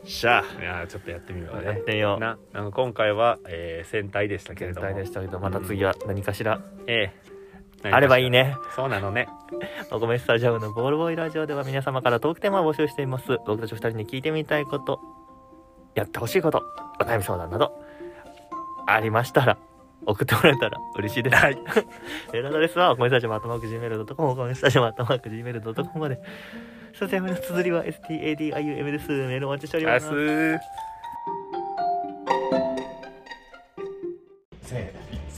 [SPEAKER 2] しゃ
[SPEAKER 1] ういやーちょっとやってみよ
[SPEAKER 2] あ
[SPEAKER 1] う
[SPEAKER 2] やっ
[SPEAKER 1] ね
[SPEAKER 2] てみよう
[SPEAKER 1] なあの今回は、えー、戦隊でしたけれ
[SPEAKER 2] 全
[SPEAKER 1] ども
[SPEAKER 2] 体でしたけどまた次は何かしら
[SPEAKER 1] ええ
[SPEAKER 2] あればいいね
[SPEAKER 1] そうなのね
[SPEAKER 2] お米スタジアムのボールボーイラジオでは皆様からトークテーマを募集しています僕たち2人に聞いてみたいことやってほしいことお悩み相談などありましたら送ってもらえたら嬉しいです。はい。 <laughs> メールアドレスは、おこめスタジアム、あとマーク Gmail.com、おこめスタジアム、あとマーク Gmail.com まで。スタジアムの綴りは STADIUM です。メールお待ちしており
[SPEAKER 1] 明
[SPEAKER 2] ます。
[SPEAKER 1] 日
[SPEAKER 2] せー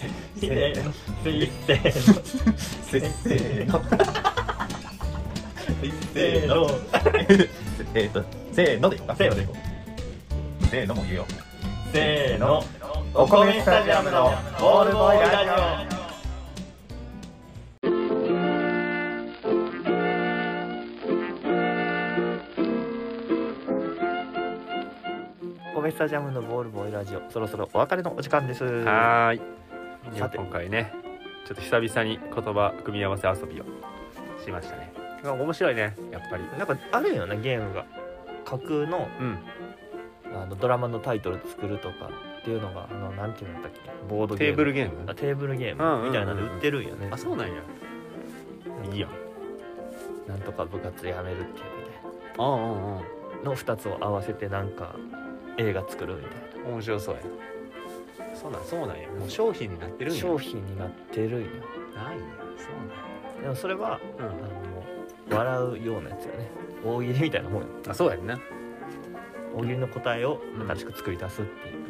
[SPEAKER 2] の、せーの、せーの、せーの、
[SPEAKER 5] えっと、せーのでいこうか。せーのでいこう。せーのも言えよ。
[SPEAKER 2] せーの、
[SPEAKER 5] お米スタジアムのボールボーイラジオ。
[SPEAKER 2] お米スタジアムのボールボーイラジオ、そろそろお別れのお時間です。
[SPEAKER 1] はーいい
[SPEAKER 2] さ
[SPEAKER 1] や
[SPEAKER 2] て
[SPEAKER 1] 今回ねちょっと久々に言葉組み合わせ遊びをしましたねまあ面白いねやっぱり
[SPEAKER 2] なんかあるよねゲームが架空の
[SPEAKER 1] うん
[SPEAKER 2] あのドラマのタイトル作るとかっていうのがあのなんていうんだったっけボードゲー
[SPEAKER 1] テ
[SPEAKER 2] ム
[SPEAKER 1] ーブルゲーム
[SPEAKER 2] あテーブルゲー
[SPEAKER 1] うんうんうんう
[SPEAKER 2] ム
[SPEAKER 1] ん
[SPEAKER 2] みたいなので売ってるんよね、
[SPEAKER 1] あそうなんやいいやん
[SPEAKER 2] なんとか部活やめるっていうみたい
[SPEAKER 1] ああうんうん
[SPEAKER 2] なの2つを合わせてなんか映画作るみたい
[SPEAKER 1] 面白そうやそうなんそうなんやもう商品になってる
[SPEAKER 2] なん
[SPEAKER 1] や
[SPEAKER 2] 商品になってるんよ
[SPEAKER 1] ないやそう
[SPEAKER 2] でもそれは
[SPEAKER 1] なん
[SPEAKER 2] あ
[SPEAKER 1] や、
[SPEAKER 2] の笑うようなやつよね大喜利みたいなもんよ
[SPEAKER 1] うん、あそうやんな
[SPEAKER 2] 大喜利の答えを
[SPEAKER 1] うん
[SPEAKER 2] 新しく作り出すっていうよ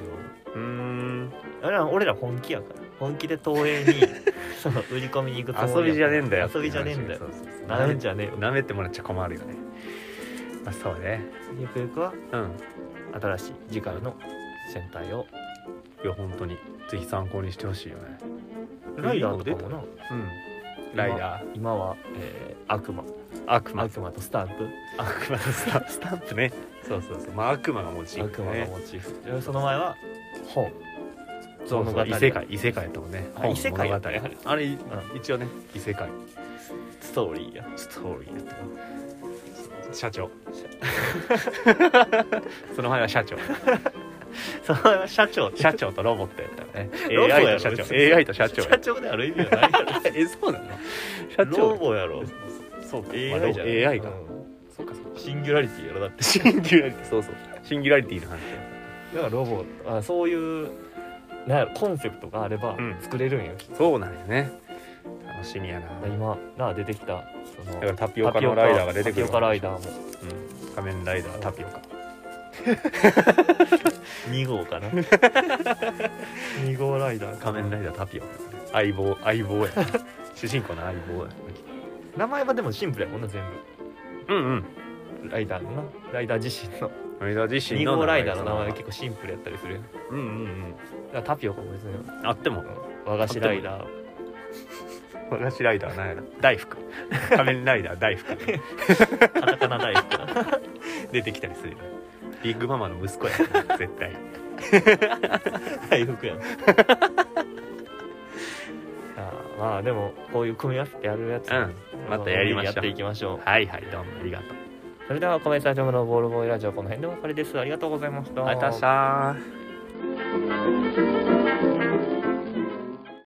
[SPEAKER 2] う
[SPEAKER 1] うーん
[SPEAKER 2] 俺ら俺ら本気やから本気で東映
[SPEAKER 1] <laughs>
[SPEAKER 2] にその売り込みに行くつも
[SPEAKER 1] 遊
[SPEAKER 2] り
[SPEAKER 1] びじ
[SPEAKER 2] や
[SPEAKER 1] ゃ
[SPEAKER 2] から
[SPEAKER 1] ねえんだよ
[SPEAKER 2] 遊びじゃねえんだよ
[SPEAKER 1] そうそうそう
[SPEAKER 2] なめんじゃねえよ
[SPEAKER 1] なめてもらっちゃ困るよねまあそうね
[SPEAKER 2] ゆくゆくは
[SPEAKER 1] うん
[SPEAKER 2] 新しい次回の戦隊を
[SPEAKER 1] いや本当にぜひ参考にしてほしいよね
[SPEAKER 2] ライダーとかもな
[SPEAKER 1] うんライダー
[SPEAKER 2] 今は、えー悪魔
[SPEAKER 1] 悪魔
[SPEAKER 2] 悪魔とスタンプ
[SPEAKER 1] 悪魔のスタ <laughs> スタンプねそうそうそうまあ悪魔がモチーフ
[SPEAKER 2] 悪
[SPEAKER 1] だ
[SPEAKER 2] 魔
[SPEAKER 1] ね
[SPEAKER 2] のモチーフでその前は本
[SPEAKER 1] そうそう
[SPEAKER 2] 物語
[SPEAKER 1] 異世界異世界やったもんね
[SPEAKER 2] あ異世界や
[SPEAKER 1] や
[SPEAKER 2] っ
[SPEAKER 1] ったた
[SPEAKER 2] ね
[SPEAKER 1] あれ、
[SPEAKER 2] う
[SPEAKER 1] 一応ね異世界
[SPEAKER 2] ストーリーや
[SPEAKER 1] ストーリーやった社長その前は社長
[SPEAKER 2] その前は社長
[SPEAKER 1] 社長とロボットやったよね
[SPEAKER 2] ロボやろ
[SPEAKER 1] AI と社長 AI と社長
[SPEAKER 2] 社長である意味はないやろ
[SPEAKER 1] <laughs> えそうなの社
[SPEAKER 2] ロ
[SPEAKER 1] 長
[SPEAKER 2] ボやろ
[SPEAKER 1] そうか
[SPEAKER 2] AI じゃない
[SPEAKER 1] AI か、
[SPEAKER 2] うん
[SPEAKER 1] そうかそうか
[SPEAKER 2] シンギュラリティやろだって
[SPEAKER 1] シンギュラリティそうそうシンギュラリティの話
[SPEAKER 2] だからロボあそういうなんやろコンセプトがあれば
[SPEAKER 1] うん
[SPEAKER 2] 作れるんよ、きっと
[SPEAKER 1] そうなんよね楽しみやな
[SPEAKER 2] 今なあ出てきたその
[SPEAKER 1] だからタピオカのライダーが出てくる
[SPEAKER 2] タピオカライダーも
[SPEAKER 1] うん仮面ライダータピオカ
[SPEAKER 2] 2号 <laughs> かな2号ライダー
[SPEAKER 1] 仮面ライダータピオカ相棒相棒や <laughs> 主人公の相棒や
[SPEAKER 2] 名前はでもシンプルやもんな全
[SPEAKER 1] うんうん
[SPEAKER 2] 部ライダーのなライダー自身の
[SPEAKER 1] ライダー自身
[SPEAKER 2] 2
[SPEAKER 1] の
[SPEAKER 2] 号ライダーの名前は結構シンプルやったりするよだ
[SPEAKER 1] うんうん
[SPEAKER 2] からタピオカも別に
[SPEAKER 1] うんあっても
[SPEAKER 2] 和菓子ライダー
[SPEAKER 1] 和菓子ライダーなんやろ大 <laughs> 福仮面ライダー大福
[SPEAKER 2] カタカナライダー
[SPEAKER 1] 出てきたりするよビッグママの息子やな絶対
[SPEAKER 4] 大福
[SPEAKER 2] <laughs>
[SPEAKER 4] やん
[SPEAKER 2] あーまあでもこういう組み合わせてやるやつ、
[SPEAKER 1] うんまたやりましょう
[SPEAKER 2] やっていきましょう
[SPEAKER 1] はいはいどうもありがとう
[SPEAKER 2] それではコメンサージョムのボールボーイラジオこの辺でお別れですありがとうございました
[SPEAKER 1] ありがとうございました